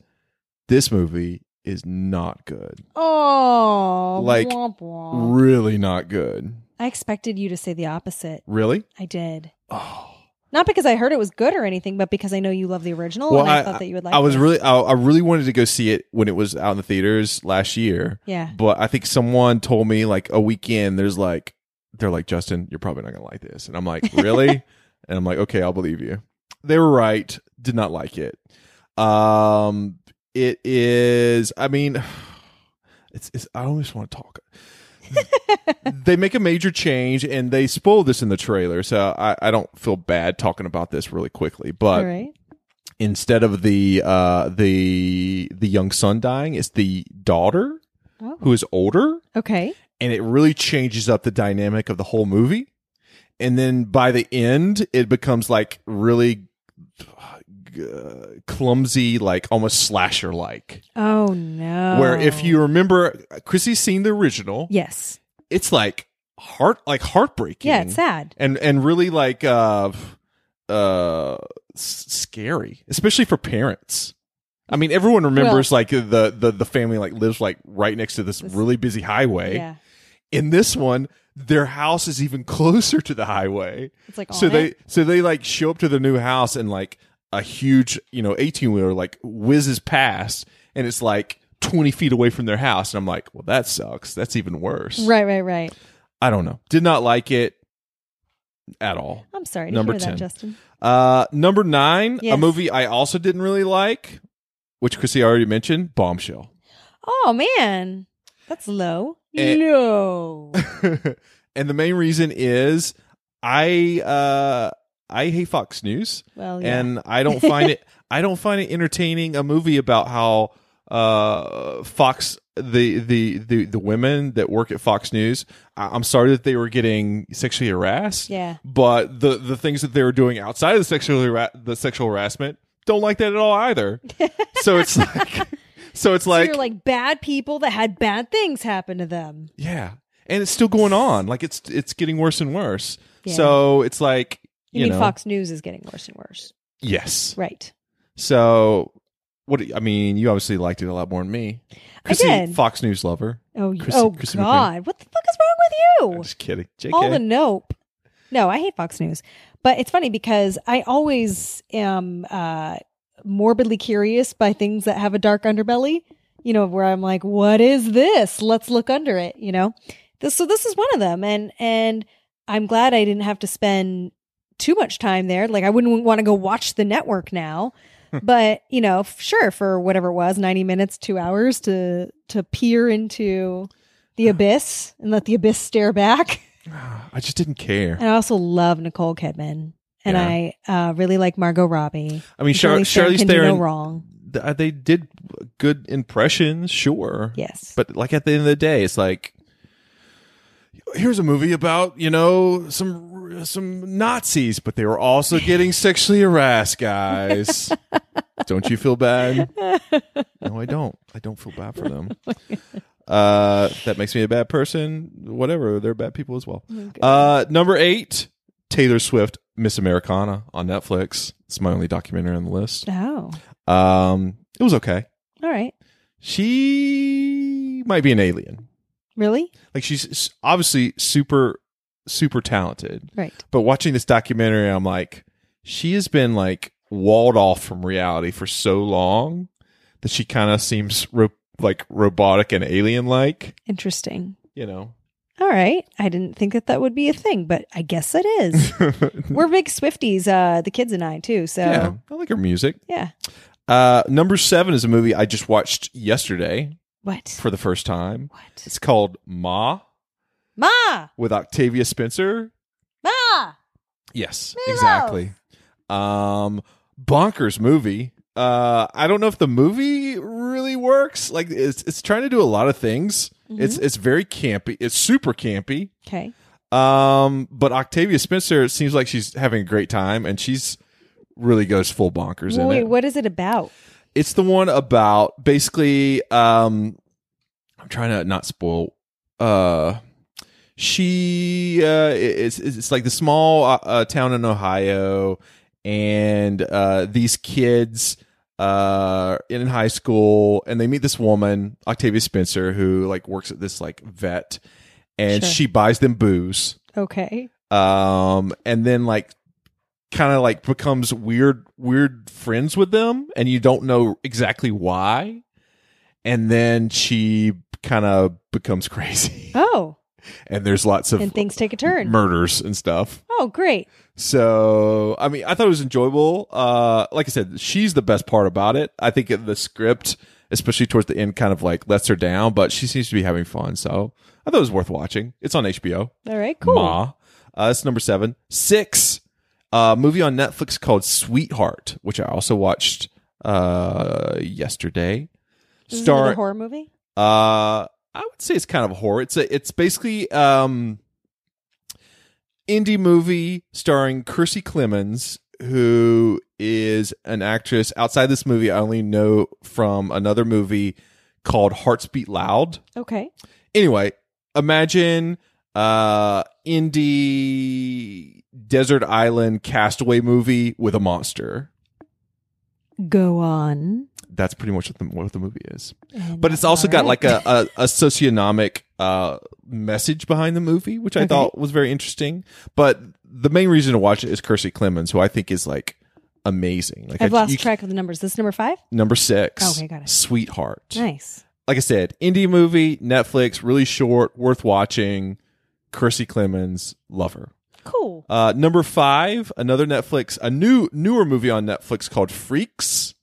[SPEAKER 2] This movie is not good.
[SPEAKER 1] Oh,
[SPEAKER 2] Like,
[SPEAKER 1] womp womp.
[SPEAKER 2] Really not good.
[SPEAKER 1] I expected you to say the opposite.
[SPEAKER 2] Really?
[SPEAKER 1] I did.
[SPEAKER 2] Oh.
[SPEAKER 1] Not because I heard it was good or anything, but because I know you love the original and I, thought that you would like.
[SPEAKER 2] I was
[SPEAKER 1] this.
[SPEAKER 2] really, I, I really wanted to go see it when it was out in the theaters last year.
[SPEAKER 1] Yeah.
[SPEAKER 2] But I think someone told me like a weekend. There's like, they're like, Justin, you're probably not gonna like this, and I'm like, really? and I'm like, okay, I'll believe you. They were right. Did not like it. Um, it is. I mean, it's. it's I almost want to talk. they make a major change, and they spoil this in the trailer, so I, I don't feel bad talking about this really quickly. But
[SPEAKER 1] All right.
[SPEAKER 2] instead of the uh the the young son dying it's the daughter
[SPEAKER 1] Oh.
[SPEAKER 2] who is older
[SPEAKER 1] Okay.
[SPEAKER 2] and it really changes up the dynamic of the whole movie and then by the end it becomes like really uh, clumsy like almost slasher like
[SPEAKER 1] Oh no.
[SPEAKER 2] where if you remember chrissy's seen the original
[SPEAKER 1] Yes.
[SPEAKER 2] it's like heart like heartbreaking
[SPEAKER 1] Yeah, it's sad.
[SPEAKER 2] and and really like uh uh s- scary especially for parents i mean everyone remembers like the the the family like lives like right next to this
[SPEAKER 1] This-
[SPEAKER 2] really busy highway
[SPEAKER 1] Yeah.
[SPEAKER 2] in this one their house is even closer to the highway.
[SPEAKER 1] It's like
[SPEAKER 2] so
[SPEAKER 1] on
[SPEAKER 2] they
[SPEAKER 1] it.
[SPEAKER 2] so they like show up to their new house and like a huge you know eighteen wheeler like whizzes past and it's like twenty feet away from their house and I'm like, well that sucks. That's even worse.
[SPEAKER 1] Right, right, right.
[SPEAKER 2] I don't know. Did not like it at all.
[SPEAKER 1] I'm sorry to
[SPEAKER 2] Number
[SPEAKER 1] hear
[SPEAKER 2] 10.
[SPEAKER 1] that, Justin.
[SPEAKER 2] Uh, number nine, a
[SPEAKER 1] Yes.
[SPEAKER 2] movie I also didn't really like, which Chrissy already mentioned, Bombshell.
[SPEAKER 1] Oh man, that's low.
[SPEAKER 2] Eh.
[SPEAKER 1] low.
[SPEAKER 2] and the main reason is I uh I hate Fox News
[SPEAKER 1] Well, yeah.
[SPEAKER 2] and I don't find it I don't find it entertaining a movie about how uh Fox the the the, the women that work at Fox News I, I'm sorry that they were getting sexually harassed
[SPEAKER 1] yeah.
[SPEAKER 2] but the the things that they were doing outside of the sexual hara- the sexual harassment don't like that at all either so it's like so it's
[SPEAKER 1] Like,
[SPEAKER 2] like
[SPEAKER 1] You're like bad people that had bad things happen to them.
[SPEAKER 2] yeah and it's still going on like it's it's getting worse and worse
[SPEAKER 1] Yeah.
[SPEAKER 2] so it's like
[SPEAKER 1] You,
[SPEAKER 2] you,
[SPEAKER 1] mean
[SPEAKER 2] know
[SPEAKER 1] Fox News is getting worse and worse.
[SPEAKER 2] yes
[SPEAKER 1] Right.
[SPEAKER 2] so what do you- i mean you obviously liked it a lot more than me Chrissy,
[SPEAKER 1] did.
[SPEAKER 2] fox news lover
[SPEAKER 1] Oh, y-
[SPEAKER 2] Chrissy-
[SPEAKER 1] oh
[SPEAKER 2] Chrissy McQueen.
[SPEAKER 1] God. What the fuck is wrong with you?
[SPEAKER 2] I'm just kidding jk
[SPEAKER 1] Oh. All the nope. No, I hate Fox News. But it's funny because I always am uh, morbidly curious by things that have a dark underbelly, you know, where I'm like, what is this? Let's look under it, you know? This, so this is one of them. And, and I'm glad I didn't have to spend too much time there. Like I wouldn't want to go watch the network now. but you know, f- sure, for whatever it was, ninety minutes, two hours to to peer into the abyss and let the abyss stare back.
[SPEAKER 2] i just didn't care
[SPEAKER 1] And I also love Nicole Kidman. And
[SPEAKER 2] Yeah.
[SPEAKER 1] I uh, really like Margot Robbie.
[SPEAKER 2] i mean Char-
[SPEAKER 1] Charlie
[SPEAKER 2] charlie's
[SPEAKER 1] can
[SPEAKER 2] theron
[SPEAKER 1] do no wrong.
[SPEAKER 2] th- uh, they did good impressions sure
[SPEAKER 1] Yes.
[SPEAKER 2] But like at the end of the day, it's like here's a movie about you know some some Nazis, but they were also getting sexually harassed, guys. don't you feel bad? No, I don't. I don't feel bad for them. Uh, that makes me a bad person. Whatever, they're bad people as well. Uh, number eight, Taylor Swift, Miss Americana on Netflix. It's my only documentary on the list.
[SPEAKER 1] oh,
[SPEAKER 2] Um, it was okay.
[SPEAKER 1] all right.
[SPEAKER 2] She might be an alien.
[SPEAKER 1] Really?
[SPEAKER 2] Like she's s- obviously super, super talented.
[SPEAKER 1] Right.
[SPEAKER 2] But watching this documentary, I'm like, she has been like walled off from reality for so long that she kind of seems ro- like robotic and alien like.
[SPEAKER 1] Interesting.
[SPEAKER 2] You know,
[SPEAKER 1] All right. I didn't think that that would be a thing, but I guess it is. We're big Swifties, uh, the kids and I, too. So,
[SPEAKER 2] yeah,
[SPEAKER 1] yeah.
[SPEAKER 2] I like her music. Uh, number seven is a movie I just watched yesterday
[SPEAKER 1] What?
[SPEAKER 2] for the first time.
[SPEAKER 1] What?
[SPEAKER 2] It's called Ma
[SPEAKER 1] Ma!
[SPEAKER 2] with Octavia Spencer.
[SPEAKER 1] Ma!
[SPEAKER 2] Yes, exactly. Um, bonkers movie. Uh, I don't know if the movie really works. Like, it's it's trying to do a lot of things. It's it's very campy. It's super campy.
[SPEAKER 1] Okay.
[SPEAKER 2] Um, but Octavia Spencer it seems like she's having a great time, and she's really goes full bonkers in
[SPEAKER 1] Wait,
[SPEAKER 2] it.
[SPEAKER 1] what is it about?
[SPEAKER 2] It's the one about basically. Um, I'm trying to not spoil. Uh, she uh, it's it's like the small uh, uh, town in Ohio, and uh, these kids uh in high school and they meet this woman octavia spencer who like works at this like vet and
[SPEAKER 1] Sure.
[SPEAKER 2] she buys them booze
[SPEAKER 1] Okay.
[SPEAKER 2] um and then like kind of like becomes weird weird friends with them and you don't know exactly why and then she kind of becomes crazy
[SPEAKER 1] Oh,
[SPEAKER 2] and there's lots of
[SPEAKER 1] and things take a turn.
[SPEAKER 2] murders and stuff
[SPEAKER 1] oh, great.
[SPEAKER 2] so i mean i thought it was enjoyable uh like i said she's the best part about it i think the script especially towards the end kind of like lets her down but she seems to be having fun so i thought it was worth watching it's on hbo
[SPEAKER 1] All right, cool.
[SPEAKER 2] Ma. Uh, that's number seven. Six, uh, movie on Netflix called Sweetheart, which I also watched uh, yesterday.
[SPEAKER 1] This is
[SPEAKER 2] Star,
[SPEAKER 1] another horror movie?
[SPEAKER 2] uh, I would say it's kind of a horror. It's a, it's basically um, indie movie starring Kirstie Clemens, who is an actress. Outside this movie, I only know from another movie called Hearts Beat Loud
[SPEAKER 1] Okay.
[SPEAKER 2] anyway, imagine uh indie desert island castaway movie with a monster.
[SPEAKER 1] Go on.
[SPEAKER 2] That's pretty much what the, what the movie is.
[SPEAKER 1] And-
[SPEAKER 2] But it's also got
[SPEAKER 1] all
[SPEAKER 2] like
[SPEAKER 1] right.
[SPEAKER 2] a, a, a socioeconomic uh, message behind the movie, which I thought was very interesting. But the main reason to watch it is Kirstie Clemons, who I think is like amazing. Like
[SPEAKER 1] I've
[SPEAKER 2] I-
[SPEAKER 1] lost
[SPEAKER 2] you-
[SPEAKER 1] track of the numbers. This number five?
[SPEAKER 2] Number six,
[SPEAKER 1] Okay, got it.
[SPEAKER 2] Sweetheart.
[SPEAKER 1] Nice.
[SPEAKER 2] Like I said, indie movie, Netflix, really short, worth watching. Kirstie Clemons, love her.
[SPEAKER 1] Cool.
[SPEAKER 2] Uh, number five, another Netflix, a new newer movie on Netflix called Freaks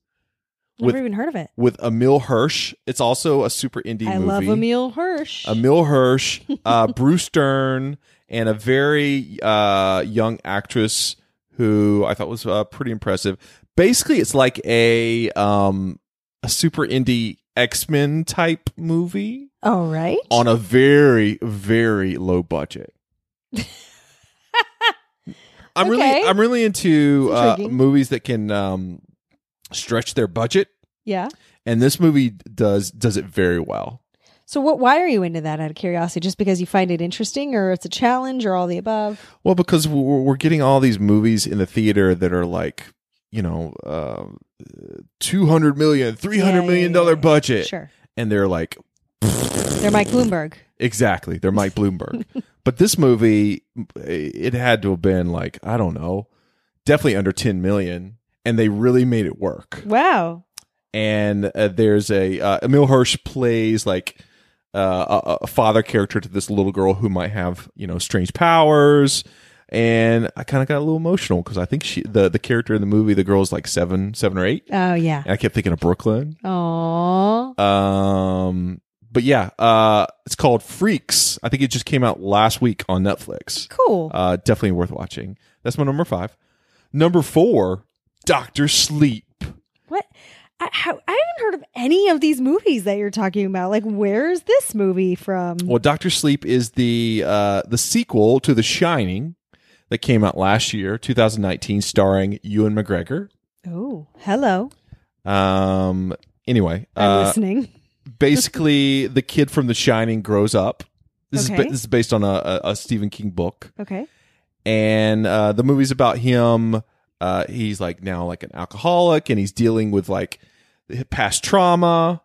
[SPEAKER 1] Never
[SPEAKER 2] with-
[SPEAKER 1] even heard of it.
[SPEAKER 2] with Emil Hirsch. It's also a super indie
[SPEAKER 1] I
[SPEAKER 2] movie.
[SPEAKER 1] love Emil Hirsch.
[SPEAKER 2] Emil Hirsch, uh, Bruce Dern, and a very uh, young actress who I thought was uh, pretty impressive. Basically, it's like a um, a super indie X Men type movie
[SPEAKER 1] All right.
[SPEAKER 2] on a very very low budget. I'm
[SPEAKER 1] Okay.
[SPEAKER 2] really I'm really into uh,
[SPEAKER 1] That's intriguing.
[SPEAKER 2] movies that can um, stretch their budget,
[SPEAKER 1] yeah.
[SPEAKER 2] and this movie does does it very well.
[SPEAKER 1] So what why are you into that out of curiosity? Just because you find it interesting or it's a challenge or all the above?
[SPEAKER 2] Well, because we're, we're getting all these movies in the theater that are like, you know, uh, 200 million, 300
[SPEAKER 1] Yeah,
[SPEAKER 2] million
[SPEAKER 1] yeah, yeah,
[SPEAKER 2] dollar
[SPEAKER 1] yeah.
[SPEAKER 2] budget.
[SPEAKER 1] Sure.
[SPEAKER 2] And they're like,
[SPEAKER 1] They're Mike Bloomberg.
[SPEAKER 2] exactly, they're Mike Bloomberg. but this movie, it had to have been like, I don't know, definitely under 10 million. And they really made it work.
[SPEAKER 1] Wow.
[SPEAKER 2] And uh, there's a, uh, Emil Hirsch plays like, uh, a, a father character to this little girl who might have you know strange powers and i kind of got a little emotional because i think she the, the character in the movie the girl's like seven seven or eight
[SPEAKER 1] Oh yeah.
[SPEAKER 2] and i kept thinking of brooklyn
[SPEAKER 1] Oh.
[SPEAKER 2] um but yeah uh it's called freaks i think it just came out last week on netflix
[SPEAKER 1] Cool.
[SPEAKER 2] uh definitely worth watching that's my number five number four dr sleep
[SPEAKER 1] what I, how, I haven't heard of any of these movies that you're talking about. Like, where's this movie from?
[SPEAKER 2] Well, Doctor Sleep is the uh, the sequel to The Shining that came out last year, 2019, starring Ewan McGregor.
[SPEAKER 1] Oh, hello.
[SPEAKER 2] Um. Anyway,
[SPEAKER 1] I'm
[SPEAKER 2] uh,
[SPEAKER 1] listening.
[SPEAKER 2] basically, the kid from The Shining grows up. This is
[SPEAKER 1] Okay.
[SPEAKER 2] ba- this is based on a, a, a Stephen King book,
[SPEAKER 1] Okay.
[SPEAKER 2] and uh, the movie's about him. Uh, he's like now like an alcoholic, and he's dealing with like past trauma,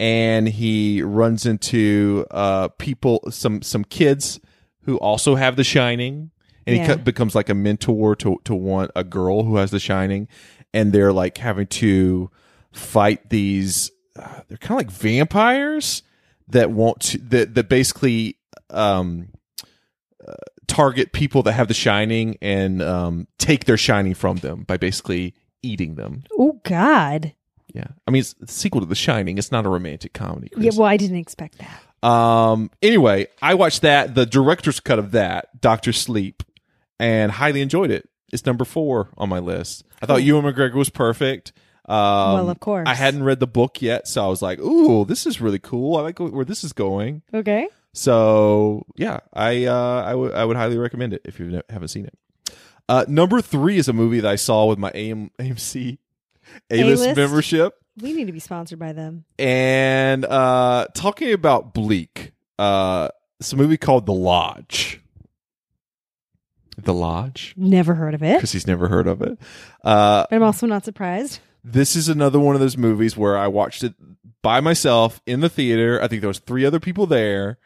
[SPEAKER 2] and he runs into uh, people, some some kids who also have The Shining, and he
[SPEAKER 1] Yeah.
[SPEAKER 2] co- becomes like a mentor to to one a girl who has The Shining, and they're like having to fight these. Uh, they're kind of like vampires that want to that that basically um, uh, target people that have The Shining and um, take their Shining from them by basically eating them.
[SPEAKER 1] Oh God.
[SPEAKER 2] Yeah, I mean, it's the sequel to The Shining. It's not a romantic comedy.
[SPEAKER 1] Yeah.
[SPEAKER 2] Chris.
[SPEAKER 1] Well, I didn't expect that.
[SPEAKER 2] um. Anyway, I watched that, the director's cut of that, Doctor Sleep, and highly enjoyed it. It's number four on my list. I thought Ewan McGregor was perfect. Um,
[SPEAKER 1] well, of course.
[SPEAKER 2] I hadn't read the book yet, so I was like, "Ooh, this is really cool. I like where this is going."
[SPEAKER 1] Okay.
[SPEAKER 2] So yeah, I uh, I would I would highly recommend it if you ne- haven't seen it. Uh, number three is a movie that I saw with my AM- AMC A-list
[SPEAKER 1] A-list?
[SPEAKER 2] membership
[SPEAKER 1] We need to be sponsored by them.
[SPEAKER 2] and uh talking about bleak uh it's a movie called the lodge the lodge
[SPEAKER 1] Never heard of it,
[SPEAKER 2] because he's never heard of it uh
[SPEAKER 1] but I'm also not surprised.
[SPEAKER 2] this is another one of those movies where i watched it by myself in the theater i think there was three other people there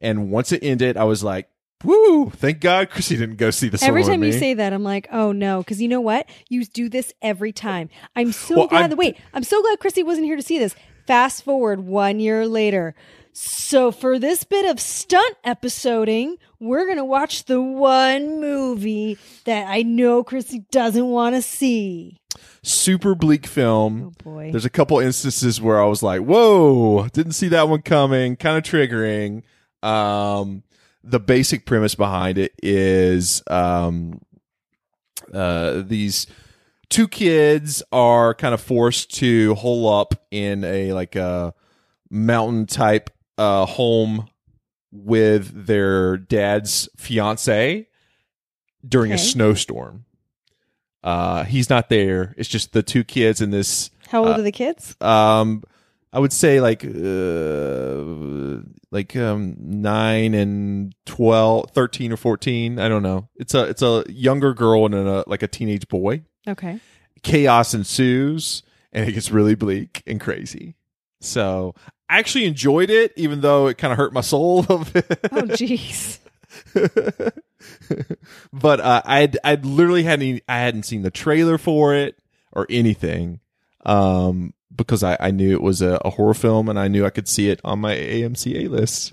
[SPEAKER 2] and once it ended i was like woo thank god chrissy didn't go see this
[SPEAKER 1] Every
[SPEAKER 2] one with
[SPEAKER 1] time you
[SPEAKER 2] me.
[SPEAKER 1] say that, I'm like, oh no, because you know what? You do this every time. I'm so
[SPEAKER 2] Well,
[SPEAKER 1] glad
[SPEAKER 2] I'm-
[SPEAKER 1] that wait, I'm so glad Chrissy wasn't here to see this. Fast forward one year later. So for this bit of stunt episoding, we're gonna watch the one movie that I know Chrissy doesn't want to see.
[SPEAKER 2] super bleak film
[SPEAKER 1] Oh boy.
[SPEAKER 2] There's a couple instances where I was like, "Whoa, didn't see that one coming." Kind of triggering. Um, the basic premise behind it is um, uh, these two kids are kind of forced to hole up in a like a mountain type uh, home with their dad's fiance during a
[SPEAKER 1] Okay.
[SPEAKER 2] snowstorm. Uh, he's not there. It's just the two kids and this
[SPEAKER 1] How old are the kids?
[SPEAKER 2] um i would say like uh, like um 9 and 12 13 or 14 i don't know it's a it's a younger girl and a like a teenage boy
[SPEAKER 1] Okay.
[SPEAKER 2] chaos ensues and it gets really bleak and crazy so I actually enjoyed it, even though it kind of hurt my soul a little bit.
[SPEAKER 1] Oh, jeez.
[SPEAKER 2] but uh, I'd I'd literally hadn't e, I hadn't seen the trailer for it or anything um, because I, I knew it was a, a horror film and I knew I could see it on my AMC A list.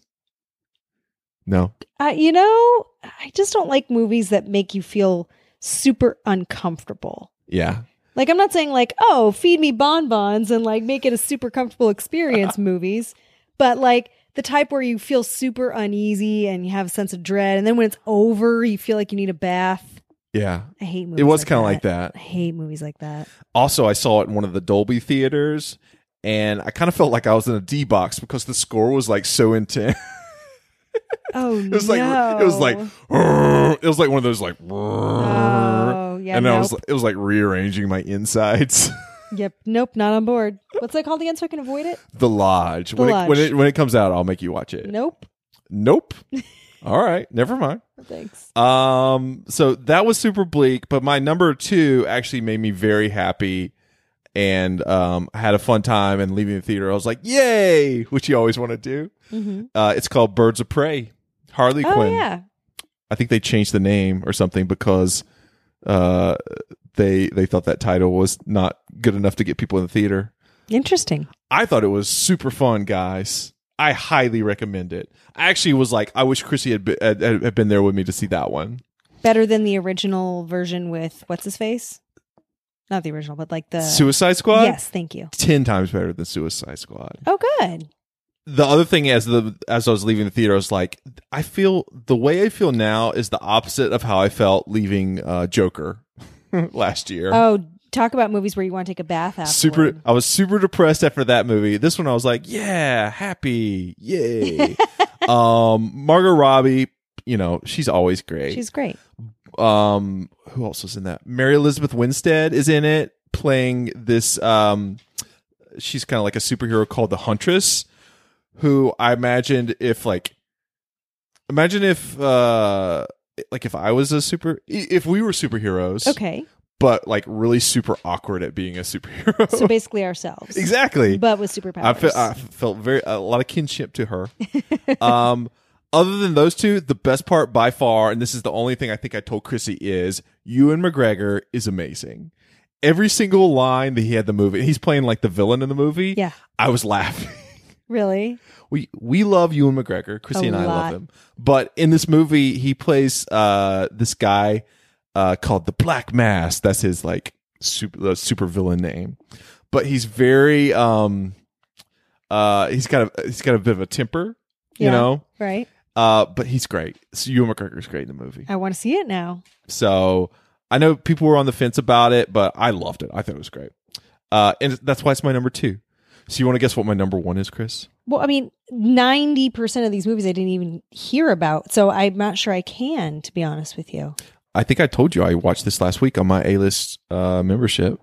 [SPEAKER 2] No,
[SPEAKER 1] Uh, you know, I just don't like movies that make you feel super uncomfortable.
[SPEAKER 2] yeah,
[SPEAKER 1] Like, I'm not saying, like, oh, feed me bonbons and like make it a super comfortable experience movies, but like the type where you feel super uneasy and you have a sense of dread. And then when it's over, you feel like you need a bath.
[SPEAKER 2] yeah.
[SPEAKER 1] I hate movies.
[SPEAKER 2] It was kind of like that.
[SPEAKER 1] I hate movies like that.
[SPEAKER 2] Also, I saw it in one of the Dolby theaters, and I kind of felt like I was in a D box because the score was like so intense.
[SPEAKER 1] Oh,
[SPEAKER 2] It was like it was like it was like one of those like
[SPEAKER 1] Oh, yeah.
[SPEAKER 2] and
[SPEAKER 1] nope.
[SPEAKER 2] I was it was like rearranging my insides.
[SPEAKER 1] yep. Nope. Not on board. What's that called again so I can avoid it?
[SPEAKER 2] the Lodge. when
[SPEAKER 1] Lodge.
[SPEAKER 2] it when it when it comes out, I'll make you watch it.
[SPEAKER 1] Nope.
[SPEAKER 2] Nope. All right, never mind.
[SPEAKER 1] Thanks.
[SPEAKER 2] Um, so that was super bleak, but my number two actually made me very happy and um I had a fun time and leaving the theater. I was like, Yay, which you always want to do.
[SPEAKER 1] Mhm.
[SPEAKER 2] Uh it's called Birds of Prey. Harley
[SPEAKER 1] Oh,
[SPEAKER 2] Quinn.
[SPEAKER 1] yeah.
[SPEAKER 2] I think they changed the name or something because uh they they thought that title was not good enough to get people in the theater.
[SPEAKER 1] Interesting.
[SPEAKER 2] I thought it was super fun, guys. I highly recommend it. I actually was like, I wish Chrissy had, be, had, had been there with me to see that one.
[SPEAKER 1] Better than the original version with what's his face? Not the original, but like the
[SPEAKER 2] Suicide Squad?
[SPEAKER 1] Uh, Yes, thank you.
[SPEAKER 2] 10 times better than Suicide Squad.
[SPEAKER 1] Oh, good.
[SPEAKER 2] The other thing as the as I was leaving the theater, I was like, I feel the way I feel now is the opposite of how I felt leaving uh, Joker last year.
[SPEAKER 1] Oh, talk about movies where you want to take a bath after.
[SPEAKER 2] super I was super depressed after that movie. This one I was like, yeah, happy. Yay. um Margot Robbie, you know, she's always great.
[SPEAKER 1] She's great.
[SPEAKER 2] um who else was in that mary elizabeth winstead is in it playing this um she's kind of like a superhero called the huntress who i imagined if like imagine if uh like if i was a super i- if we were superheroes
[SPEAKER 1] Okay.
[SPEAKER 2] but like really super awkward at being a superhero
[SPEAKER 1] So basically ourselves.
[SPEAKER 2] exactly
[SPEAKER 1] But with superpowers.
[SPEAKER 2] I, fe- I felt very a lot of kinship to her. um, other than those two, the best part by far, and this is the only thing I think I told Chrissy is Ewan McGregor is amazing. Every single line that he had in the movie, he's playing like the villain in the movie.
[SPEAKER 1] Yeah.
[SPEAKER 2] I was laughing.
[SPEAKER 1] really?
[SPEAKER 2] We we love Ewan McGregor. Chrissy
[SPEAKER 1] A
[SPEAKER 2] and I love
[SPEAKER 1] lot.
[SPEAKER 2] him. But in this movie, he plays uh, this guy uh, called the Black Mass. That's his like super uh, super villain name. But he's very um uh he's got a he's got a bit of a temper, you
[SPEAKER 1] Yeah.
[SPEAKER 2] know.
[SPEAKER 1] Right?
[SPEAKER 2] Uh, but he's great. So Ewan McGregor's great in the movie.
[SPEAKER 1] I want to see it now.
[SPEAKER 2] So I know people were on the fence about it, but I loved it. I thought it was great. Uh, and that's why it's my number two. So you want to guess what my number one is, Chris?
[SPEAKER 1] Well, I mean, 90% of these movies I didn't even hear about. So I'm not sure I can, to be honest with you.
[SPEAKER 2] I think I told you I watched this last week on my A list uh, membership.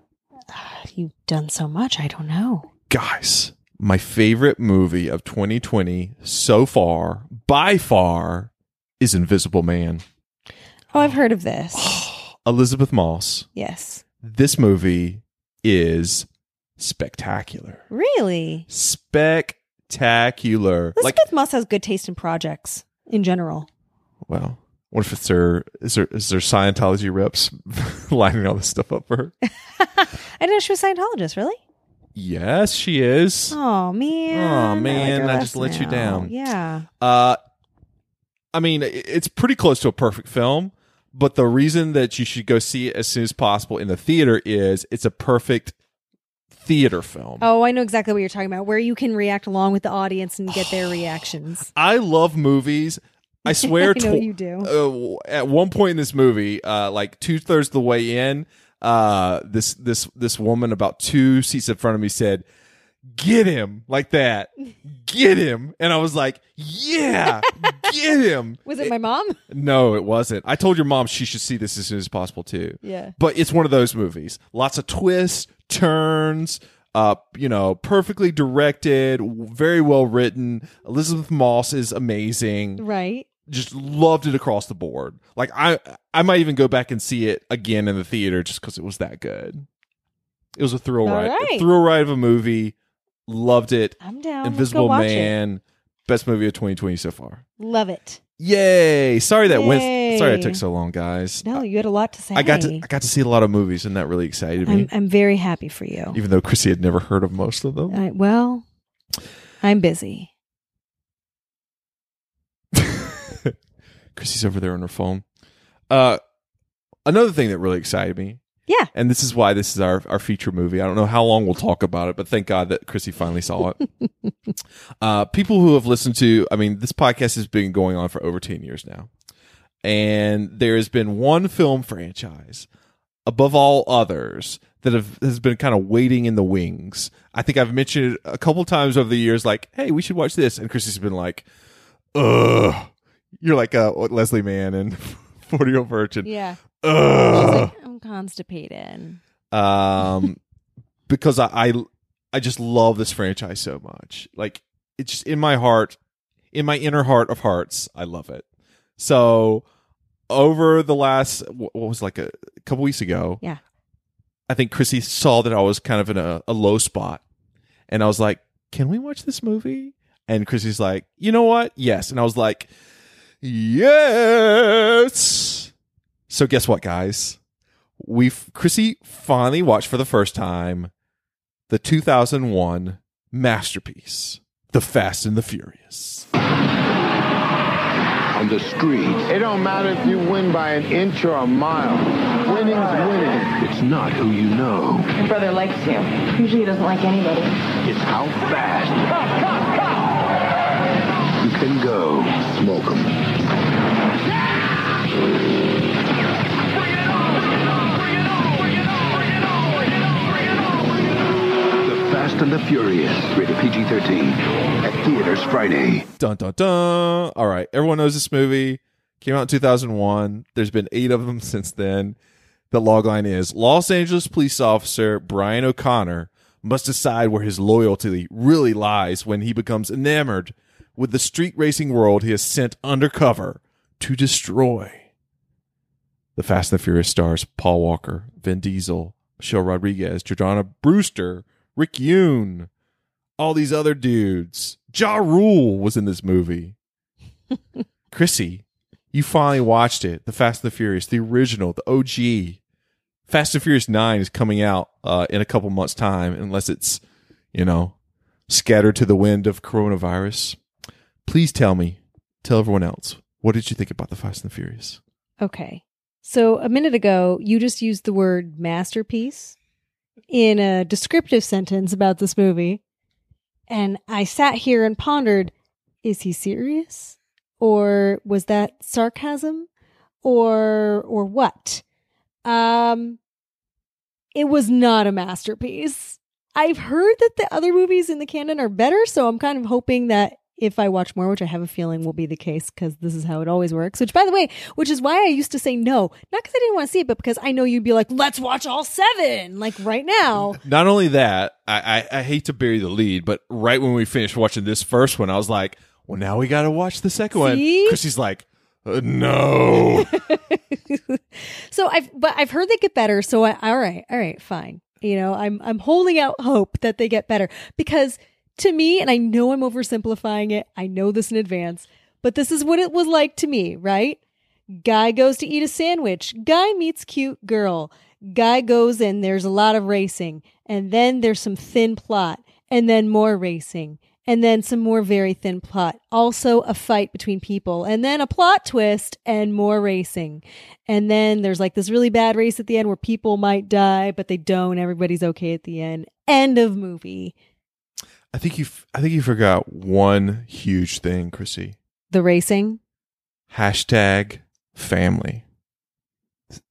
[SPEAKER 1] You've done so much. I don't know.
[SPEAKER 2] Guys, my favorite movie of 2020 so far, by far, is Invisible Man.
[SPEAKER 1] Oh, I've heard of this.
[SPEAKER 2] Elizabeth Moss.
[SPEAKER 1] yes.
[SPEAKER 2] This movie is spectacular.
[SPEAKER 1] Really?
[SPEAKER 2] Spectacular.
[SPEAKER 1] Elizabeth
[SPEAKER 2] Like,
[SPEAKER 1] Moss has good taste in projects in general.
[SPEAKER 2] well, what if it's her? Is there is there Scientology reps lining all this stuff up for her?
[SPEAKER 1] I didn't know she was a Scientologist, really?
[SPEAKER 2] yes, she is.
[SPEAKER 1] Oh, man.
[SPEAKER 2] man,
[SPEAKER 1] her
[SPEAKER 2] I
[SPEAKER 1] less
[SPEAKER 2] just let you down.
[SPEAKER 1] Yeah.
[SPEAKER 2] Uh, I mean, i- it's pretty close to a perfect film, but the reason that you should go see it as soon as possible in the theater is it's a perfect theater film.
[SPEAKER 1] Oh, I know exactly what you're talking about, where you can react along with the audience and get their reactions.
[SPEAKER 2] I love movies. I swear,
[SPEAKER 1] I know
[SPEAKER 2] tw-
[SPEAKER 1] you do.
[SPEAKER 2] uh, at one point in this movie, uh, like two thirds of the way in, uh, this this this woman about two seats in front of me said, "Get him!" like that, "Get him!" and I was like, "Yeah, get him!"
[SPEAKER 1] Was it my mom?
[SPEAKER 2] No, it wasn't. I told your mom she should see this as soon as possible too.
[SPEAKER 1] Yeah.
[SPEAKER 2] But it's one of those movies. Lots of twists, turns, uh, you know, perfectly directed, w- very well written. Elizabeth Moss is amazing.
[SPEAKER 1] Right.
[SPEAKER 2] Just loved it across the board. Like I I might even go back and see it again in the theater just cuz it was that good. It was a thrill
[SPEAKER 1] All
[SPEAKER 2] ride. a
[SPEAKER 1] right.
[SPEAKER 2] thrill ride of a movie. Loved it.
[SPEAKER 1] I'm down. Let's go
[SPEAKER 2] Invisible
[SPEAKER 1] watch
[SPEAKER 2] Man, best movie of 2020 so far.
[SPEAKER 1] It. Love it.
[SPEAKER 2] Yay! Sorry that went.
[SPEAKER 1] Yay.
[SPEAKER 2] Sorry it took so long, guys.
[SPEAKER 1] No, you had a lot to say.
[SPEAKER 2] I got to I got to see a lot of movies, and that really excited me.
[SPEAKER 1] I'm, I'm very happy for you.
[SPEAKER 2] even though Chrissy had never heard of most of them.
[SPEAKER 1] I, well, I'm busy.
[SPEAKER 2] Chrissy's over there on her phone. Uh, another thing that really excited me,
[SPEAKER 1] Yeah.
[SPEAKER 2] and this is why this is our, our feature movie. I don't know how long we'll talk about it, but thank God that Chrissy finally saw it. uh, people who have listened to, I mean, this podcast has been going on for over 10 years now. And there has been one film franchise above all others that have, has been kind of waiting in the wings. I think I've mentioned it a couple times over the years, like, hey, we should watch this. And Chrissy's been like, ugh. You're like uh, Leslie Mann and 40 Year Old Virgin.
[SPEAKER 1] Yeah.
[SPEAKER 2] Ugh.
[SPEAKER 1] I'm constipated.
[SPEAKER 2] um, because I, I I just love this franchise so much. Like it's just in my heart, in my inner heart of hearts, I love it. So over the last wh- what was it, like a, couple weeks ago,
[SPEAKER 1] Yeah.
[SPEAKER 2] I think Chrissy saw that I was kind of in a, a low spot, and I was like, "Can we watch this movie?" And Chrissy's like, "You know what? Yes." And I was like, "Yes." So guess what, guys? we Chrissy finally watched for the first time the 2001 masterpiece, The Fast and the Furious.
[SPEAKER 3] on the street.
[SPEAKER 4] It don't matter if you win by an inch or a mile. Winning's winning.
[SPEAKER 3] It's not who you know.
[SPEAKER 5] My brother likes you. Usually he doesn't like anybody.
[SPEAKER 3] It's how fast you can go. Smoke 'em. The Fast and the Furious, rated PG-13, at theaters Friday.
[SPEAKER 2] Dun dun dun. All right, everyone knows this movie. Came out in 2001. There's been eight of them since then. The logline is Los Angeles police officer Brian O'Connor must decide where his loyalty really lies when he becomes enamored with the street racing world he is sent undercover to destroy. The Fast and the Furious stars Paul Walker, Vin Diesel, Michelle Rodriguez, Jordana Brewster, Rick Yoon, all these other dudes. Ja Rule was in this movie. Chrissy, you finally watched it. The Fast and the Furious, the original, the OG. Fast and Furious 9 is coming out uh, in a couple months' time, unless it's, you know, scattered to the wind of coronavirus. Please tell me, tell everyone else, what did you think about The Fast and the Furious?
[SPEAKER 1] Okay. So a minute ago, you just used the word masterpiece in a descriptive sentence about this movie. And I sat here and pondered is he serious? Or was that sarcasm? Or or what? Um it was not a masterpiece. I've heard that the other movies in the canon are better, so I'm kind of hoping that if I watch more, which I have a feeling will be the case because this is how it always works, which by the way, which is why I used to say no, not because I didn't want to see it, but because I know you'd be like, let's watch all seven, like right now.
[SPEAKER 2] Not only that, I, I, I hate to bury the lead, but right when we finished watching this first one, I was like, well, now we got to watch the second
[SPEAKER 1] See?
[SPEAKER 2] one. Chrissy's like, uh, no.
[SPEAKER 1] so I've, but I've heard they get better. So I, all right, all right, fine. You know, I'm, I'm holding out hope that they get better because to me, and I know I'm oversimplifying it. I know this in advance, but this is what it was like to me, right? Guy goes to eat a sandwich. Guy meets cute girl. Guy goes and there's a lot of racing. And then there's some thin plot and then more racing and then some more very thin plot. Also a fight between people and then a plot twist and more racing. And then there's like this really bad race at the end where people might die, but they don't. Everybody's okay at the end. End of movie.
[SPEAKER 2] I think you f- I think you forgot one huge thing, Chrissy.
[SPEAKER 1] The racing.
[SPEAKER 2] Hashtag family.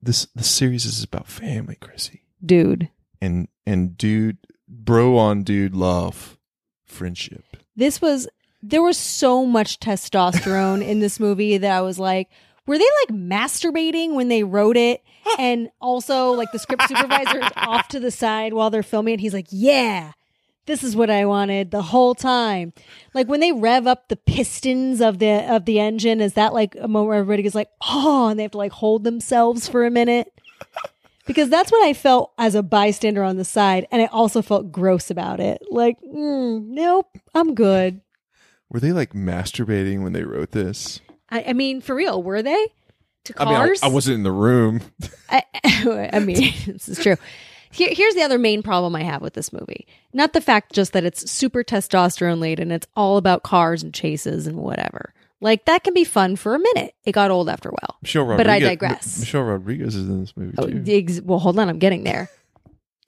[SPEAKER 2] This the series is about family, Chrissy.
[SPEAKER 1] Dude.
[SPEAKER 2] And and dude bro on dude love. Friendship.
[SPEAKER 1] this was there was so much testosterone in this movie that I was like, were they like masturbating when they wrote it? And also like the script supervisor is off to the side while they're filming and he's like, Yeah, this is what I wanted the whole time. Like when they rev up the pistons of the of the engine, is that like a moment where everybody is like, oh, and they have to like hold themselves for a minute? because that's what I felt as a bystander on the side, and I also felt gross about it. Like, mm, nope, I'm good.
[SPEAKER 2] Were they like masturbating when they wrote this?
[SPEAKER 1] I, I mean, for real, were they to
[SPEAKER 2] I mean,
[SPEAKER 1] cars?
[SPEAKER 2] I, I wasn't in the room.
[SPEAKER 1] I, I mean, this is true. Here, here's the other main problem I have with this movie. Not the fact just that it's super testosterone laden, it's all about cars and chases and whatever. Like, that can be fun for a minute. It got old after a while.
[SPEAKER 2] Michelle Rodriguez.
[SPEAKER 1] But I
[SPEAKER 2] M-
[SPEAKER 1] digress.
[SPEAKER 2] Michelle Rodriguez is in this movie
[SPEAKER 1] Oh,
[SPEAKER 2] too.
[SPEAKER 1] ex- well, hold on. I'm getting there.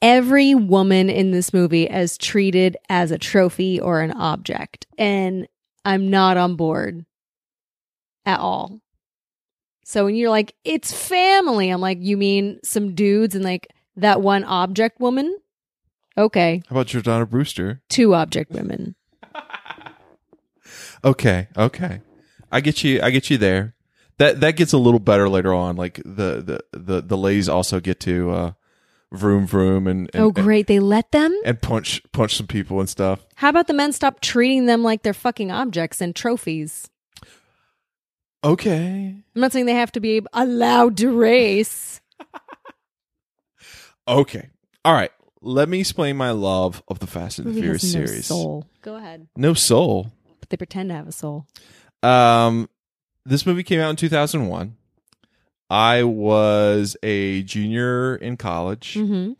[SPEAKER 1] Every woman in this movie is treated as a trophy or an object. And I'm not on board at all. So when you're like, it's family, I'm like, you mean some dudes and like that one object woman? Okay.
[SPEAKER 2] How about Jordana Brewster?
[SPEAKER 1] Two object women.
[SPEAKER 2] Okay, okay. I get you. I get you there. That that gets a little better later on. Like the the the, the ladies also get to uh, vroom vroom and, and
[SPEAKER 1] oh, great. They let them?
[SPEAKER 2] and punch punch some people and stuff.
[SPEAKER 1] How about the men stop treating them like they're fucking objects and trophies?
[SPEAKER 2] Okay,
[SPEAKER 1] I'm not saying they have to be allowed to race.
[SPEAKER 2] okay, all right. Let me explain my love of the Fast and the
[SPEAKER 1] Movie
[SPEAKER 2] Furious
[SPEAKER 1] has no
[SPEAKER 2] series.
[SPEAKER 1] soul. Go ahead.
[SPEAKER 2] No soul.
[SPEAKER 1] But they pretend to have a soul.
[SPEAKER 2] Um, this movie came out in 2001. I was a junior in college,
[SPEAKER 1] Mm-hmm.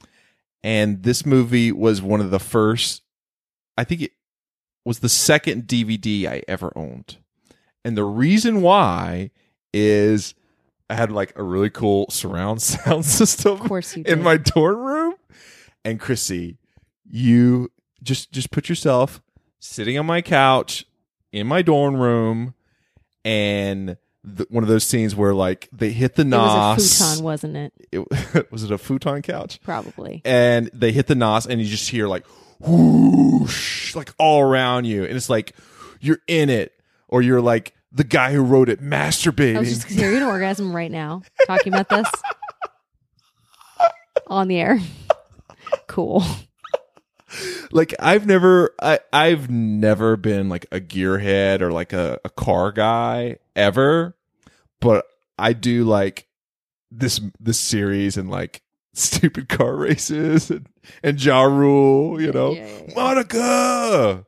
[SPEAKER 2] and this movie was one of the first. I think it was the second DVD I ever owned, and the reason why is I had like a really cool surround sound system
[SPEAKER 1] Of course you did.
[SPEAKER 2] in my dorm room. And Chrissy, you just just put yourself sitting on my couch in my dorm room, and th- one of those scenes where like they hit the
[SPEAKER 1] it was
[SPEAKER 2] nos.
[SPEAKER 1] a futon, wasn't it?
[SPEAKER 2] It- was it a futon couch?
[SPEAKER 1] Probably.
[SPEAKER 2] And they hit the nos, and you just hear like whoosh, like all around you, and it's like you're in it, or you're like the guy who wrote it masturbating.
[SPEAKER 1] I was just hearing an orgasm right now talking about this on the air. Cool.
[SPEAKER 2] like I've never I, I've never been like a gearhead or like a, a car guy ever, but I do like this this series and like stupid car races and, and Ja Rule, you know.
[SPEAKER 1] yeah, yeah, yeah.
[SPEAKER 2] Monica.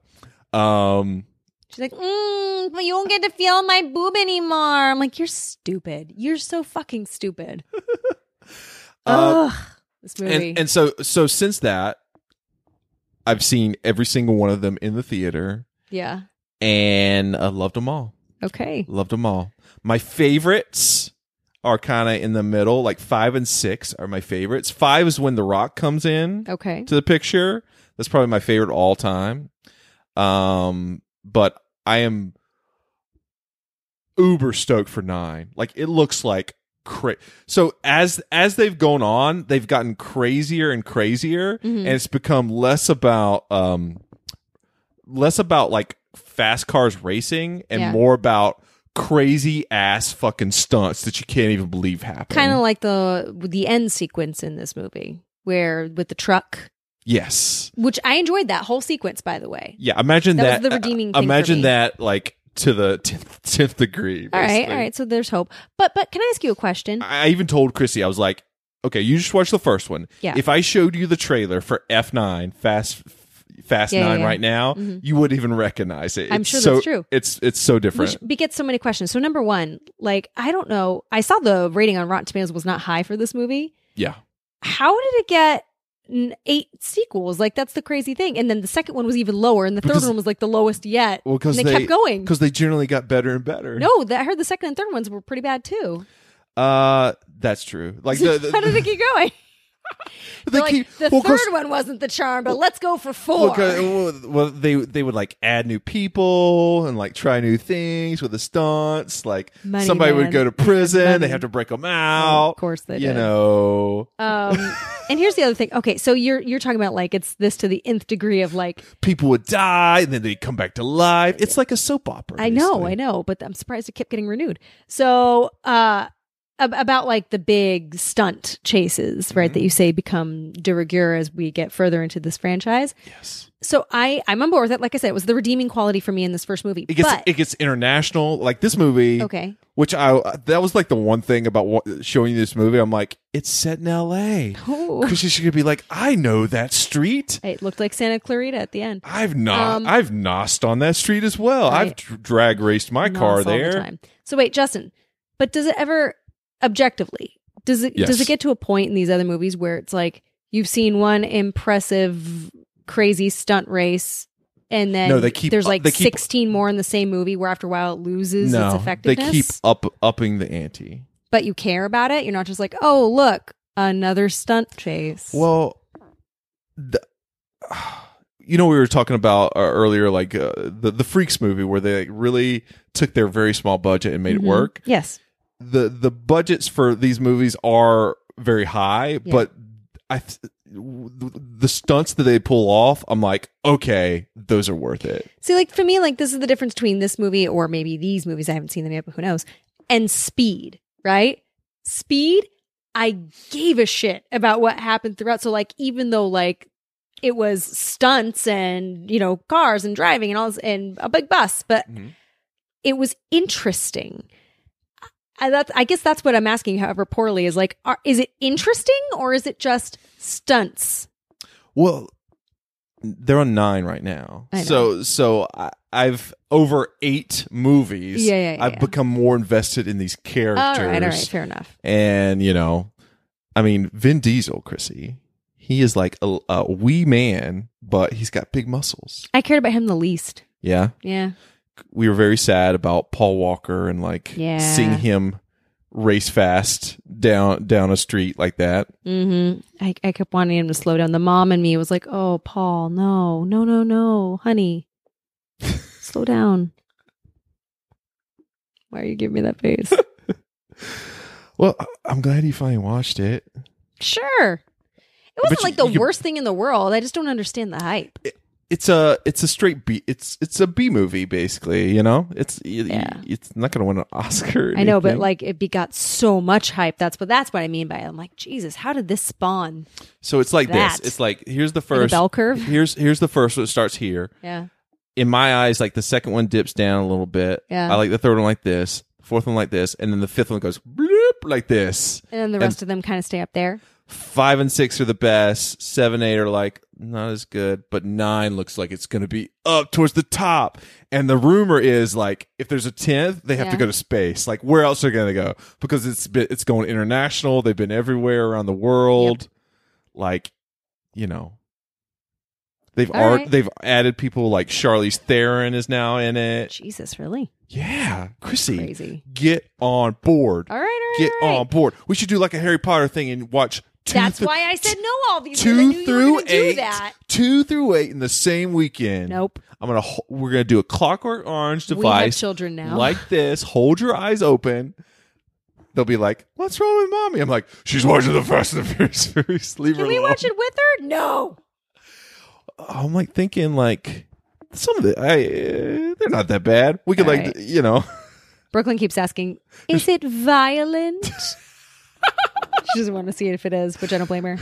[SPEAKER 2] Um
[SPEAKER 1] She's like, mm, but you won't get to feel my boob anymore. I'm like, you're stupid. You're so fucking stupid. Ugh. This movie.
[SPEAKER 2] Uh, and, and so so since that I've seen every single one of them in the theater
[SPEAKER 1] yeah.
[SPEAKER 2] and I loved them all.
[SPEAKER 1] Okay.
[SPEAKER 2] Loved them all. My favorites are kind of in the middle, like five and six are my favorites. Five is when The Rock comes in
[SPEAKER 1] Okay.
[SPEAKER 2] to the picture. That's probably my favorite all time. Um, but I am uber stoked for nine. Like it looks like cra- so as as they've gone on, they've gotten crazier and crazier,
[SPEAKER 1] Mm-hmm.
[SPEAKER 2] and it's become less about um less about like fast cars racing and
[SPEAKER 1] Yeah.
[SPEAKER 2] more about crazy ass fucking stunts that you can't even believe happen.
[SPEAKER 1] Kind of like the the end sequence in this movie where with the truck
[SPEAKER 2] yes.
[SPEAKER 1] which I enjoyed that whole sequence, by the way.
[SPEAKER 2] Yeah, imagine that.
[SPEAKER 1] That was the redeeming
[SPEAKER 2] uh,
[SPEAKER 1] thing for
[SPEAKER 2] imagine
[SPEAKER 1] me.
[SPEAKER 2] that like to the tenth, tenth degree.
[SPEAKER 1] All right,
[SPEAKER 2] basically.
[SPEAKER 1] all right. So there's hope. But but can I ask you a question?
[SPEAKER 2] I even told Chrissy, I was like, "Okay, you just watch the first one.
[SPEAKER 1] Yeah.
[SPEAKER 2] If I showed you the trailer for F nine Fast Fast
[SPEAKER 1] Yeah, yeah,
[SPEAKER 2] Nine
[SPEAKER 1] yeah. Mm-hmm.
[SPEAKER 2] right now, you wouldn't even recognize it.
[SPEAKER 1] I'm
[SPEAKER 2] It's
[SPEAKER 1] sure
[SPEAKER 2] so,
[SPEAKER 1] that's true.
[SPEAKER 2] It's it's so
[SPEAKER 1] we,
[SPEAKER 2] different.
[SPEAKER 1] sh- we get so many questions. So number one, like I don't know. I saw the rating on Rotten Tomatoes was not high for this movie.
[SPEAKER 2] yeah,
[SPEAKER 1] How did it get n- eight sequels? Like that's the crazy thing. And then the second one was even lower, and the
[SPEAKER 2] Because-
[SPEAKER 1] third one was like the lowest yet.
[SPEAKER 2] well, because
[SPEAKER 1] and they, kept going.
[SPEAKER 2] because they generally got better and better.
[SPEAKER 1] No, that, I heard the second and third ones were pretty bad too.
[SPEAKER 2] uh, that's true. Like the, the,
[SPEAKER 1] How did it keep going?
[SPEAKER 2] they
[SPEAKER 1] like,
[SPEAKER 2] keep
[SPEAKER 1] the
[SPEAKER 2] well, 'cause- uh,
[SPEAKER 1] third one wasn't the charm, but let's go for four.
[SPEAKER 2] Well, 'cause- well, well, they they would like add new people and like try new things with the stunts. Like
[SPEAKER 1] Money,
[SPEAKER 2] somebody would
[SPEAKER 1] man.
[SPEAKER 2] go to prison,
[SPEAKER 1] Money.
[SPEAKER 2] they have to break them out.
[SPEAKER 1] of course they
[SPEAKER 2] you
[SPEAKER 1] did.
[SPEAKER 2] know
[SPEAKER 1] Um, and here's the other thing. Okay, so you're you're talking about like it's this to the nth degree of like
[SPEAKER 2] people would die and then they come back to life. It's like a soap opera.
[SPEAKER 1] I know,
[SPEAKER 2] basically.
[SPEAKER 1] I know, but I'm surprised it kept getting renewed. So uh, ab- about like the big stunt chases, right? That
[SPEAKER 2] Mm-hmm.
[SPEAKER 1] you say become de rigueur as we get further into this franchise.
[SPEAKER 2] Yes.
[SPEAKER 1] So I, I'm on board with it. Like I said, it was the redeeming quality for me in this first movie.
[SPEAKER 2] It gets
[SPEAKER 1] but
[SPEAKER 2] it gets international like this movie.
[SPEAKER 1] okay,
[SPEAKER 2] Which I that was like the one thing about wa- showing you this movie. I'm like, it's set in L.A.
[SPEAKER 1] Ooh.
[SPEAKER 2] Because she's gonna be like, I know that street.
[SPEAKER 1] it looked like Santa Clarita at the end.
[SPEAKER 2] I've not. I've nosed on that street as well. I've
[SPEAKER 1] Um, Right.
[SPEAKER 2] dr- drag raced my car
[SPEAKER 1] Nonsense all the
[SPEAKER 2] there.
[SPEAKER 1] time. So wait, Justin, but does it ever objectively does it
[SPEAKER 2] Yes.
[SPEAKER 1] does it get to a point in these other movies where it's like you've seen one impressive crazy stunt race and then
[SPEAKER 2] No, they keep- uh,
[SPEAKER 1] there's like
[SPEAKER 2] they keep-
[SPEAKER 1] 16 more in the same movie where after a while it loses its
[SPEAKER 2] No, they
[SPEAKER 1] effectiveness
[SPEAKER 2] keep up upping the ante.
[SPEAKER 1] but you care about it you're not just like oh look another stunt chase
[SPEAKER 2] Well, the, you know, we were talking about uh, earlier, like uh, the the Freaks movie, where they like, really took their very small budget and made
[SPEAKER 1] Mhm.
[SPEAKER 2] it work.
[SPEAKER 1] yes
[SPEAKER 2] the The budgets for these movies are very high,
[SPEAKER 1] Yeah.
[SPEAKER 2] but I th- the stunts that they pull off, I'm like, okay, those are worth it.
[SPEAKER 1] See, like for me, like this is the difference between this movie or maybe these movies I haven't seen them yet, but who knows? And Speed, right? Speed, I gave a shit about what happened throughout. So, like, even though like it was stunts and you know cars and driving and all this, and a big bus, but
[SPEAKER 2] Mhm.
[SPEAKER 1] it was interesting. I, that's, I guess that's what I'm asking. However, poorly is like, are, is it interesting or is it just stunts?
[SPEAKER 2] Well, they're on nine right now.
[SPEAKER 1] I know.
[SPEAKER 2] So so I, I've over eight movies.
[SPEAKER 1] Yeah, yeah, yeah,
[SPEAKER 2] I've
[SPEAKER 1] yeah.
[SPEAKER 2] become more invested in these characters.
[SPEAKER 1] All right, all right, fair enough.
[SPEAKER 2] And you know, I mean, Vin Diesel, Chrissy, he is like a, a wee man, but he's got big muscles.
[SPEAKER 1] I cared about him the least.
[SPEAKER 2] Yeah,
[SPEAKER 1] Yeah.
[SPEAKER 2] we were very sad about Paul Walker and like
[SPEAKER 1] Yeah.
[SPEAKER 2] seeing him race fast down down a street like that.
[SPEAKER 1] Mm-hmm. I, I kept wanting him to slow down. The mom and me was like, "Oh, Paul, no, no, no, no, honey, slow down." Why are you giving me that face?
[SPEAKER 2] Well, I- I'm glad you finally watched it.
[SPEAKER 1] sure, it
[SPEAKER 2] But
[SPEAKER 1] wasn't
[SPEAKER 2] you-
[SPEAKER 1] like the
[SPEAKER 2] you-
[SPEAKER 1] worst thing in the world. I just don't understand the hype.
[SPEAKER 2] it's a it's a straight B. It's it's a B movie basically. You know, it's
[SPEAKER 1] Yeah.
[SPEAKER 2] it's not going to win an Oscar. or
[SPEAKER 1] I know, but
[SPEAKER 2] anything.
[SPEAKER 1] like it begot so much hype. That's what that's what I mean by it. I'm like, Jesus, how did this spawn?
[SPEAKER 2] so it's like
[SPEAKER 1] that.
[SPEAKER 2] this. It's like here's the
[SPEAKER 1] Like a
[SPEAKER 2] first
[SPEAKER 1] bell curve?
[SPEAKER 2] Here's here's the first. one. It starts here.
[SPEAKER 1] Yeah,
[SPEAKER 2] In my eyes, like the second one dips down a little bit.
[SPEAKER 1] Yeah.
[SPEAKER 2] I like the third one like this. The fourth one like this, and then the fifth one goes bloop like this.
[SPEAKER 1] and then the rest of them kind of stay up there.
[SPEAKER 2] Five and six are the best. Seven, eight are like not as good, but nine looks like it's going to be up towards the top. And the rumor is like, if there's a tenth, they have to
[SPEAKER 1] Yeah.
[SPEAKER 2] go to space. Like, where else are they going to go? Because it's been, it's going international. They've been everywhere around the world. Like, you know, they've
[SPEAKER 1] All
[SPEAKER 2] art,
[SPEAKER 1] right.
[SPEAKER 2] they've added people like Charlize Theron is now in it.
[SPEAKER 1] Jesus, really
[SPEAKER 2] Yeah, Chrissy,
[SPEAKER 1] crazy.
[SPEAKER 2] get on board.
[SPEAKER 1] All right, all right,
[SPEAKER 2] Get
[SPEAKER 1] all right.
[SPEAKER 2] on board. We should do like a Harry Potter thing and watch. two
[SPEAKER 1] That's
[SPEAKER 2] th-
[SPEAKER 1] why I said no all these years. I knew
[SPEAKER 2] two
[SPEAKER 1] you
[SPEAKER 2] through
[SPEAKER 1] were gonna
[SPEAKER 2] eight,
[SPEAKER 1] Do that.
[SPEAKER 2] two through eight in the same weekend.
[SPEAKER 1] Nope.
[SPEAKER 2] I'm gonna ho- we're gonna do a Clockwork Orange
[SPEAKER 1] We have
[SPEAKER 2] device
[SPEAKER 1] children now.
[SPEAKER 2] like this. Hold your eyes open. They'll be like, "What's wrong with mommy?" I'm like, "She's watching the Fast and the Furious series. Leave
[SPEAKER 1] Can
[SPEAKER 2] her
[SPEAKER 1] we
[SPEAKER 2] alone."
[SPEAKER 1] watch it with her? No.
[SPEAKER 2] I'm like thinking like some of the I, uh, they're not that bad. We could
[SPEAKER 1] All
[SPEAKER 2] like
[SPEAKER 1] right.
[SPEAKER 2] you know
[SPEAKER 1] Brooklyn keeps asking, is it violent? she doesn't want to see it if it is, which I don't blame her.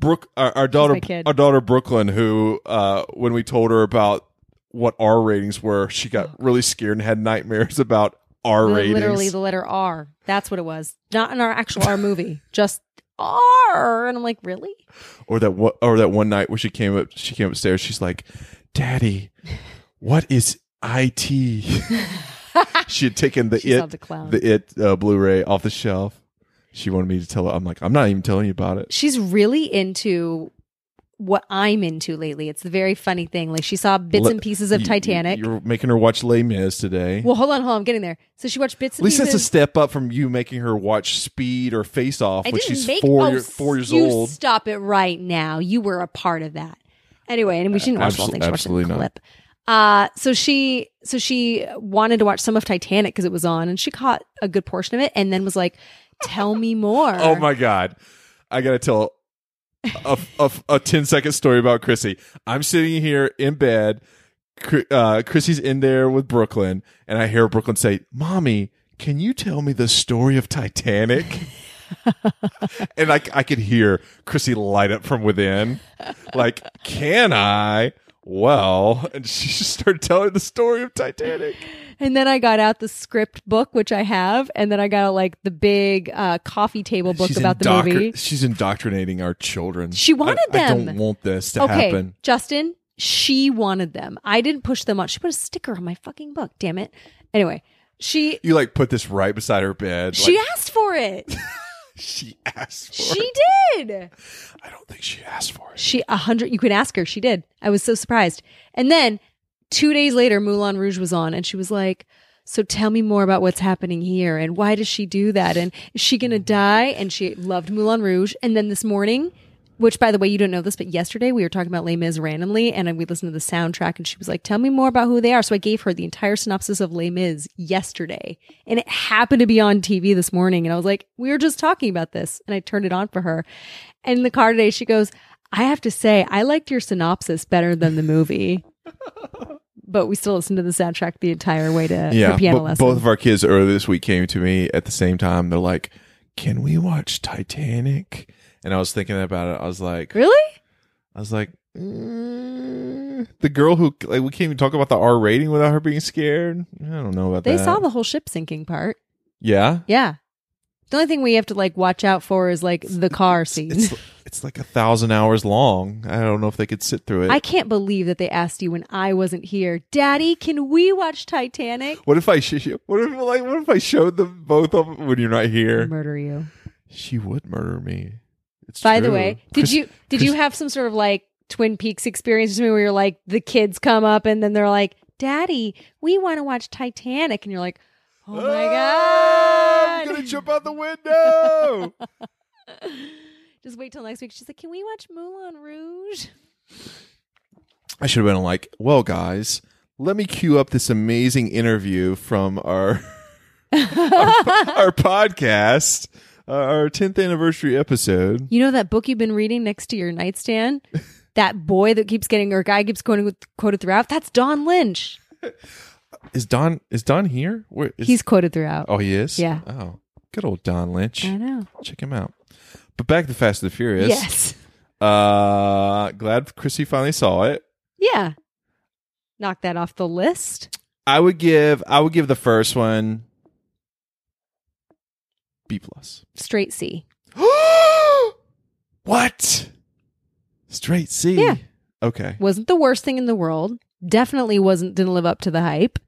[SPEAKER 2] Brooke, our, our daughter,
[SPEAKER 1] my kid.
[SPEAKER 2] our daughter Brooklyn, who uh, when we told her about what R ratings were, she got really scared and had nightmares about R ratings.
[SPEAKER 1] Literally the letter R. That's what it was. Not in our actual R movie. Just R. And I'm like, really?
[SPEAKER 2] or that one, or that one night where she came up, she came upstairs. She's like, "Daddy, what is IT?" she had taken the
[SPEAKER 1] She saw
[SPEAKER 2] it,
[SPEAKER 1] the clown.
[SPEAKER 2] the it uh, Blu-ray off the shelf. She wanted me to tell her. I'm like, I'm not even telling you about it.
[SPEAKER 1] She's really into what I'm into lately. It's the very funny thing. Like she saw bits
[SPEAKER 2] Le-
[SPEAKER 1] and pieces of
[SPEAKER 2] you- you-
[SPEAKER 1] Titanic.
[SPEAKER 2] You're making her watch Les Mis today.
[SPEAKER 1] well, hold on, hold on. I'm getting there. So she watched bits
[SPEAKER 2] At
[SPEAKER 1] and
[SPEAKER 2] least that's
[SPEAKER 1] pieces.
[SPEAKER 2] a step up from you making her watch Speed or Face Off
[SPEAKER 1] I
[SPEAKER 2] when
[SPEAKER 1] didn't
[SPEAKER 2] she's
[SPEAKER 1] make
[SPEAKER 2] four,
[SPEAKER 1] oh,
[SPEAKER 2] year, four years
[SPEAKER 1] you
[SPEAKER 2] old.
[SPEAKER 1] Stop it right now! You were a part of that. Anyway, and we shouldn't watch the whole
[SPEAKER 2] Absol-
[SPEAKER 1] thing. She watched a
[SPEAKER 2] absolutely not.
[SPEAKER 1] clip. Uh, so she, so she wanted to watch some of Titanic because it was on, and she caught a good portion of it, and then was like, "Tell me more."
[SPEAKER 2] Oh my god! I gotta tell a, a, a 10 second story about Chrissy. I'm sitting here in bed. Cr- Uh, Chrissy's in there with Brooklyn, and I hear Brooklyn say, "Mommy, Can you tell me the story of Titanic? and I, I could hear Chrissy light up from within. Like, can I? Well, and she just started telling the story of Titanic.
[SPEAKER 1] And then I got out the script book, which I have, and then I got out like the big uh, coffee table book about the
[SPEAKER 2] indoctr-
[SPEAKER 1] movie.
[SPEAKER 2] She's indoctrinating our children.
[SPEAKER 1] She wanted
[SPEAKER 2] I, I don't
[SPEAKER 1] them.
[SPEAKER 2] want this to
[SPEAKER 1] okay,
[SPEAKER 2] happen.
[SPEAKER 1] Justin, she wanted them. I didn't push them on. She put a sticker on my fucking book. Damn it. Anyway, she
[SPEAKER 2] You like put this right beside her bed.
[SPEAKER 1] she
[SPEAKER 2] like,
[SPEAKER 1] asked for it.
[SPEAKER 2] she asked for
[SPEAKER 1] she
[SPEAKER 2] it.
[SPEAKER 1] did.
[SPEAKER 2] I don't think she asked for it.
[SPEAKER 1] She a hundred. You could ask her. She did. I was so surprised. And then two days later, Moulin Rouge was on, and she was like. So tell me more about what's happening here and why does she do that and is she going to die and she loved Moulin Rouge and then this morning which by the way you don't know this but yesterday we were talking about Les Mis randomly and we listened to the soundtrack and she was like tell me more about who they are so I gave her the entire synopsis of Les Mis yesterday and it happened to be on TV this morning and I was like we were just talking about this and I turned it on for her and in the car today she goes I have to say, I liked your synopsis better than the movie. but we still listened to the soundtrack the entire way to her piano
[SPEAKER 2] but
[SPEAKER 1] lesson.
[SPEAKER 2] both of our kids earlier this week came to me at the same time. They're like, "Can we watch Titanic?" And I was thinking about it. I was like,
[SPEAKER 1] really?
[SPEAKER 2] I was like, mm, the girl who like we can't even talk about the R rating without her being scared. I don't know about
[SPEAKER 1] They
[SPEAKER 2] that.
[SPEAKER 1] saw the whole ship sinking part.
[SPEAKER 2] yeah.
[SPEAKER 1] Yeah. The only thing we have to like watch out for is like the car scene.
[SPEAKER 2] It's it's like a thousand hours long. I don't know if they could sit through it.
[SPEAKER 1] I can't believe that they asked you when I wasn't here, Daddy, can we watch Titanic?
[SPEAKER 2] what if I sh- what if like what if I showed them both of when you're not here?
[SPEAKER 1] Murder you.
[SPEAKER 2] She would murder me. It's
[SPEAKER 1] By the
[SPEAKER 2] true.
[SPEAKER 1] way, did
[SPEAKER 2] Chris-
[SPEAKER 1] you did you have some sort of like Twin Peaks experience with me where you're like the kids come up and then they're like, "Daddy, we want to watch Titanic," and you're like, "Oh my
[SPEAKER 2] Ah, I'm
[SPEAKER 1] god!"
[SPEAKER 2] gonna jump out the window.
[SPEAKER 1] Just wait till next week. She's like, "Can we watch Moulin Rouge?"
[SPEAKER 2] I should have been like, well, guys, let me queue up this amazing interview from our our, our podcast, uh, our tenth anniversary episode.
[SPEAKER 1] You know that book you've been reading next to your nightstand? that boy that keeps getting or guy keeps quoting with, quoted throughout. That's Don Lynch.
[SPEAKER 2] Is Don is Don here? Where is
[SPEAKER 1] He's quoted throughout.
[SPEAKER 2] Oh, he is.
[SPEAKER 1] Yeah.
[SPEAKER 2] Oh, good old Don Lynch.
[SPEAKER 1] I know.
[SPEAKER 2] Check him out. But back to Fast and the Furious.
[SPEAKER 1] Yes.
[SPEAKER 2] Uh, glad Chrissy finally saw it.
[SPEAKER 1] Yeah. Knock that off the list.
[SPEAKER 2] I would give I would give the first one B plus.
[SPEAKER 1] Straight C.
[SPEAKER 2] what? Straight C.
[SPEAKER 1] Yeah.
[SPEAKER 2] Okay.
[SPEAKER 1] wasn't the worst thing in the world. Definitely wasn't didn't live up to the hype.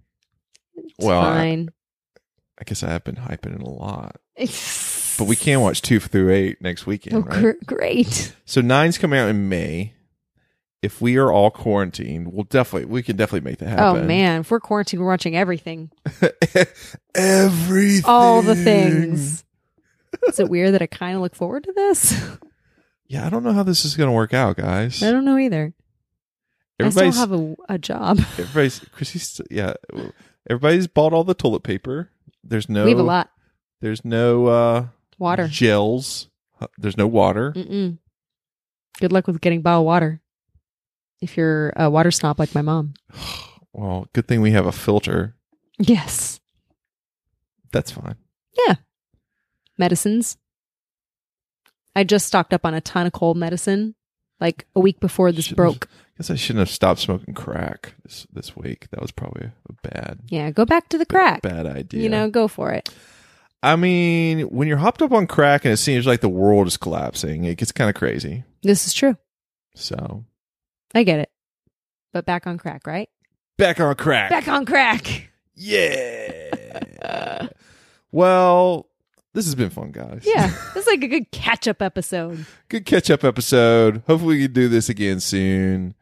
[SPEAKER 1] It's
[SPEAKER 2] Well, I-
[SPEAKER 1] fine.
[SPEAKER 2] I guess I have been hyping it a lot,
[SPEAKER 1] It's
[SPEAKER 2] but we can watch two through eight next weekend,
[SPEAKER 1] Oh,
[SPEAKER 2] right?
[SPEAKER 1] gr- great.
[SPEAKER 2] so nine's coming out in May. If we are all quarantined, we'll definitely we can definitely make that happen.
[SPEAKER 1] Oh man, if we're quarantined, we're watching everything,
[SPEAKER 2] everything,
[SPEAKER 1] all the things. Is it weird that I kind of look forward to this?
[SPEAKER 2] Yeah, I don't know how this is going to work out, guys.
[SPEAKER 1] I don't know either. I
[SPEAKER 2] Everybody's
[SPEAKER 1] still have a, a job.
[SPEAKER 2] everybody's Chrissy's yeah. Everybody's bought all the toilet paper. There's no
[SPEAKER 1] we have a lot
[SPEAKER 2] There's no uh
[SPEAKER 1] water. Mm.
[SPEAKER 2] gels. Uh, There's no water.
[SPEAKER 1] Mm-mm. Good luck with getting bottled water. If you're a water snob like my mom.
[SPEAKER 2] Well, good thing we have a filter.
[SPEAKER 1] Yes.
[SPEAKER 2] That's fine.
[SPEAKER 1] medicines. I just stocked up on a ton of cold medicine like a week before this
[SPEAKER 2] Shouldn't-
[SPEAKER 1] broke.
[SPEAKER 2] Guess I shouldn't have stopped smoking crack this this week. That was probably a bad
[SPEAKER 1] Yeah, go back to the crack.
[SPEAKER 2] bad idea.
[SPEAKER 1] You know, go for it.
[SPEAKER 2] I mean, when you're hopped up on crack and it seems like the world is collapsing, it gets kind of crazy.
[SPEAKER 1] This is true.
[SPEAKER 2] So
[SPEAKER 1] I get it. But back on crack, right?
[SPEAKER 2] back on crack.
[SPEAKER 1] Back on crack.
[SPEAKER 2] Yeah. well, this has been fun, guys.
[SPEAKER 1] Yeah, this is like a good catch up episode.
[SPEAKER 2] good catch up episode. Hopefully, we can do this again soon.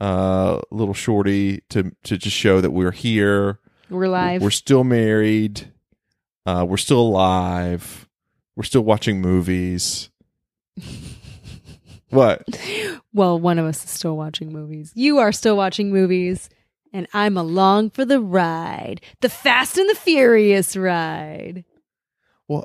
[SPEAKER 2] Uh, a little shorty to to just show that we're here.
[SPEAKER 1] We're live.
[SPEAKER 2] We're still married. Uh, we're still alive. We're still watching movies. what?
[SPEAKER 1] well, one of us is still watching movies. You are still watching movies. And I'm along for the ride, the Fast and the Furious ride.
[SPEAKER 2] Well,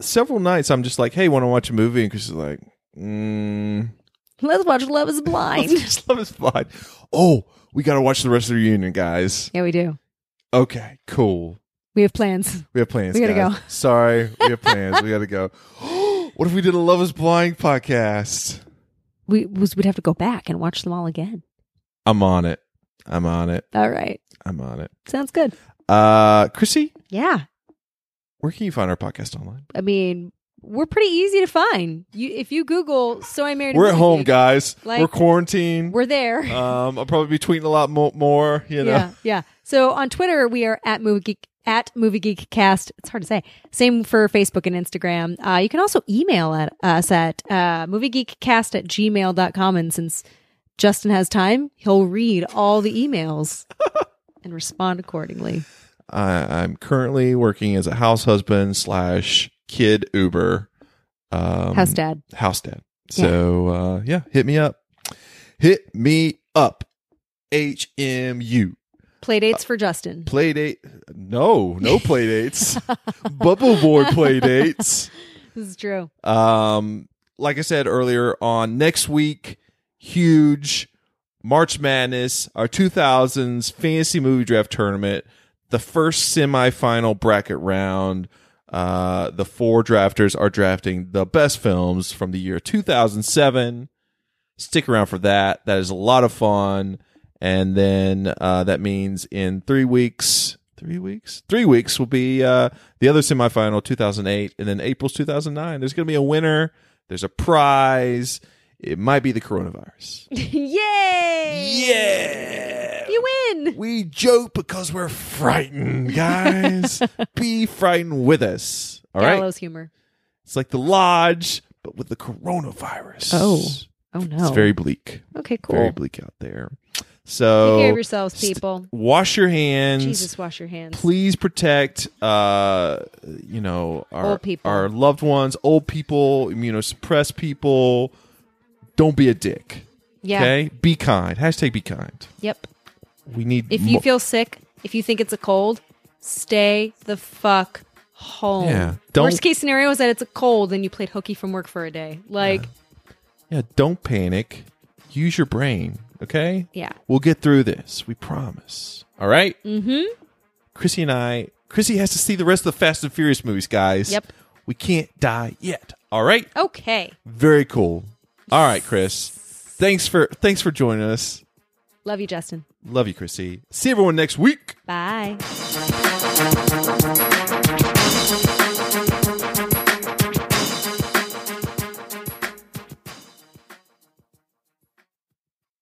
[SPEAKER 2] several nights I'm just like, hey, want to watch a movie? And Chris is like, mm,
[SPEAKER 1] Let's watch Love is
[SPEAKER 2] let's
[SPEAKER 1] Blind.
[SPEAKER 2] just love is blind. Oh, we got to watch the rest of the reunion, guys.
[SPEAKER 1] yeah, we do.
[SPEAKER 2] Okay, cool.
[SPEAKER 1] We have plans.
[SPEAKER 2] We have plans.
[SPEAKER 1] We gotta
[SPEAKER 2] guys.
[SPEAKER 1] go.
[SPEAKER 2] Sorry, we have plans. We gotta go. what if we did a Love Is Blind podcast?
[SPEAKER 1] We was, we'd have to go back and watch them all again.
[SPEAKER 2] I'm on it. I'm on it.
[SPEAKER 1] All right.
[SPEAKER 2] I'm on it.
[SPEAKER 1] Sounds good.
[SPEAKER 2] Uh, Chrissy,
[SPEAKER 1] Yeah.
[SPEAKER 2] where can you find our podcast online?
[SPEAKER 1] I mean, we're pretty easy to find. You if you Google "So I Married." a
[SPEAKER 2] We're at
[SPEAKER 1] Movie
[SPEAKER 2] home,
[SPEAKER 1] Geek,"
[SPEAKER 2] guys.
[SPEAKER 1] Like-
[SPEAKER 2] We're quarantined.
[SPEAKER 1] We're there.
[SPEAKER 2] um, I'll probably be tweeting a lot mo- more. You know,
[SPEAKER 1] Yeah, yeah. So on Twitter, we are at movie geek at movie geek cast. It's hard to say. Same for Facebook and Instagram. Uh, you can also email at us at uh, moviegeekcast at gmail.com. And since Justin has time, he'll read all the emails and respond accordingly.
[SPEAKER 2] I, I'm currently working as a house husband slash kid Uber. Um,
[SPEAKER 1] House dad.
[SPEAKER 2] house dad. So uh, yeah, hit me up. Hit me up. HMU.
[SPEAKER 1] Play dates for Justin.
[SPEAKER 2] Play date. No, no play dates. Bubble board play dates.
[SPEAKER 1] This is true.
[SPEAKER 2] Um, like I said earlier, on next week, huge March Madness, our 2000s fantasy movie draft tournament, the first semifinal bracket round. Uh, the four drafters are drafting the best films from the year 2007. Stick around for that. That is a lot of fun. And then uh, that means in three weeks, three weeks, three weeks will be uh, the other semifinal, 2008, and then April's 2009. There's going to be a winner. There's a prize. It might be the coronavirus.
[SPEAKER 1] Yay!
[SPEAKER 2] Yeah.
[SPEAKER 1] You win.
[SPEAKER 2] We joke because we're frightened, guys. be frightened with us. All right.
[SPEAKER 1] Gallows humor.
[SPEAKER 2] It's like the lodge, but with the coronavirus.
[SPEAKER 1] Oh, Oh, no.
[SPEAKER 2] It's very bleak.
[SPEAKER 1] okay,
[SPEAKER 2] Very
[SPEAKER 1] cool.
[SPEAKER 2] bleak out there. So
[SPEAKER 1] Take care of yourselves,
[SPEAKER 2] st-
[SPEAKER 1] people.
[SPEAKER 2] wash your hands.
[SPEAKER 1] Jesus, wash your hands.
[SPEAKER 2] Please protect, uh, you know, our
[SPEAKER 1] Old people.
[SPEAKER 2] our loved ones, old people, immunosuppressed people. Don't be a dick.
[SPEAKER 1] Yeah.
[SPEAKER 2] Okay, be kind. Hashtag be kind.
[SPEAKER 1] Yep.
[SPEAKER 2] We need.
[SPEAKER 1] If you
[SPEAKER 2] mo-
[SPEAKER 1] feel sick, if you think it's a cold, stay the fuck home.
[SPEAKER 2] Yeah, don't-
[SPEAKER 1] Worst case scenario is that it's a cold and you played hooky from work for a day. Like,
[SPEAKER 2] yeah, don't panic. Use your brain. Okay.
[SPEAKER 1] yeah.
[SPEAKER 2] We'll get through this. We promise. All right. Mm-hmm. Chrissy and I. Chrissy has to see the rest of the Fast and Furious movies, guys.
[SPEAKER 1] Yep.
[SPEAKER 2] We can't die yet. All right.
[SPEAKER 1] Okay.
[SPEAKER 2] Very cool. All right, Chris. Thanks for thanks for joining us.
[SPEAKER 1] Love you, Justin.
[SPEAKER 2] Love you, Chrissy. See everyone next week.
[SPEAKER 1] Bye.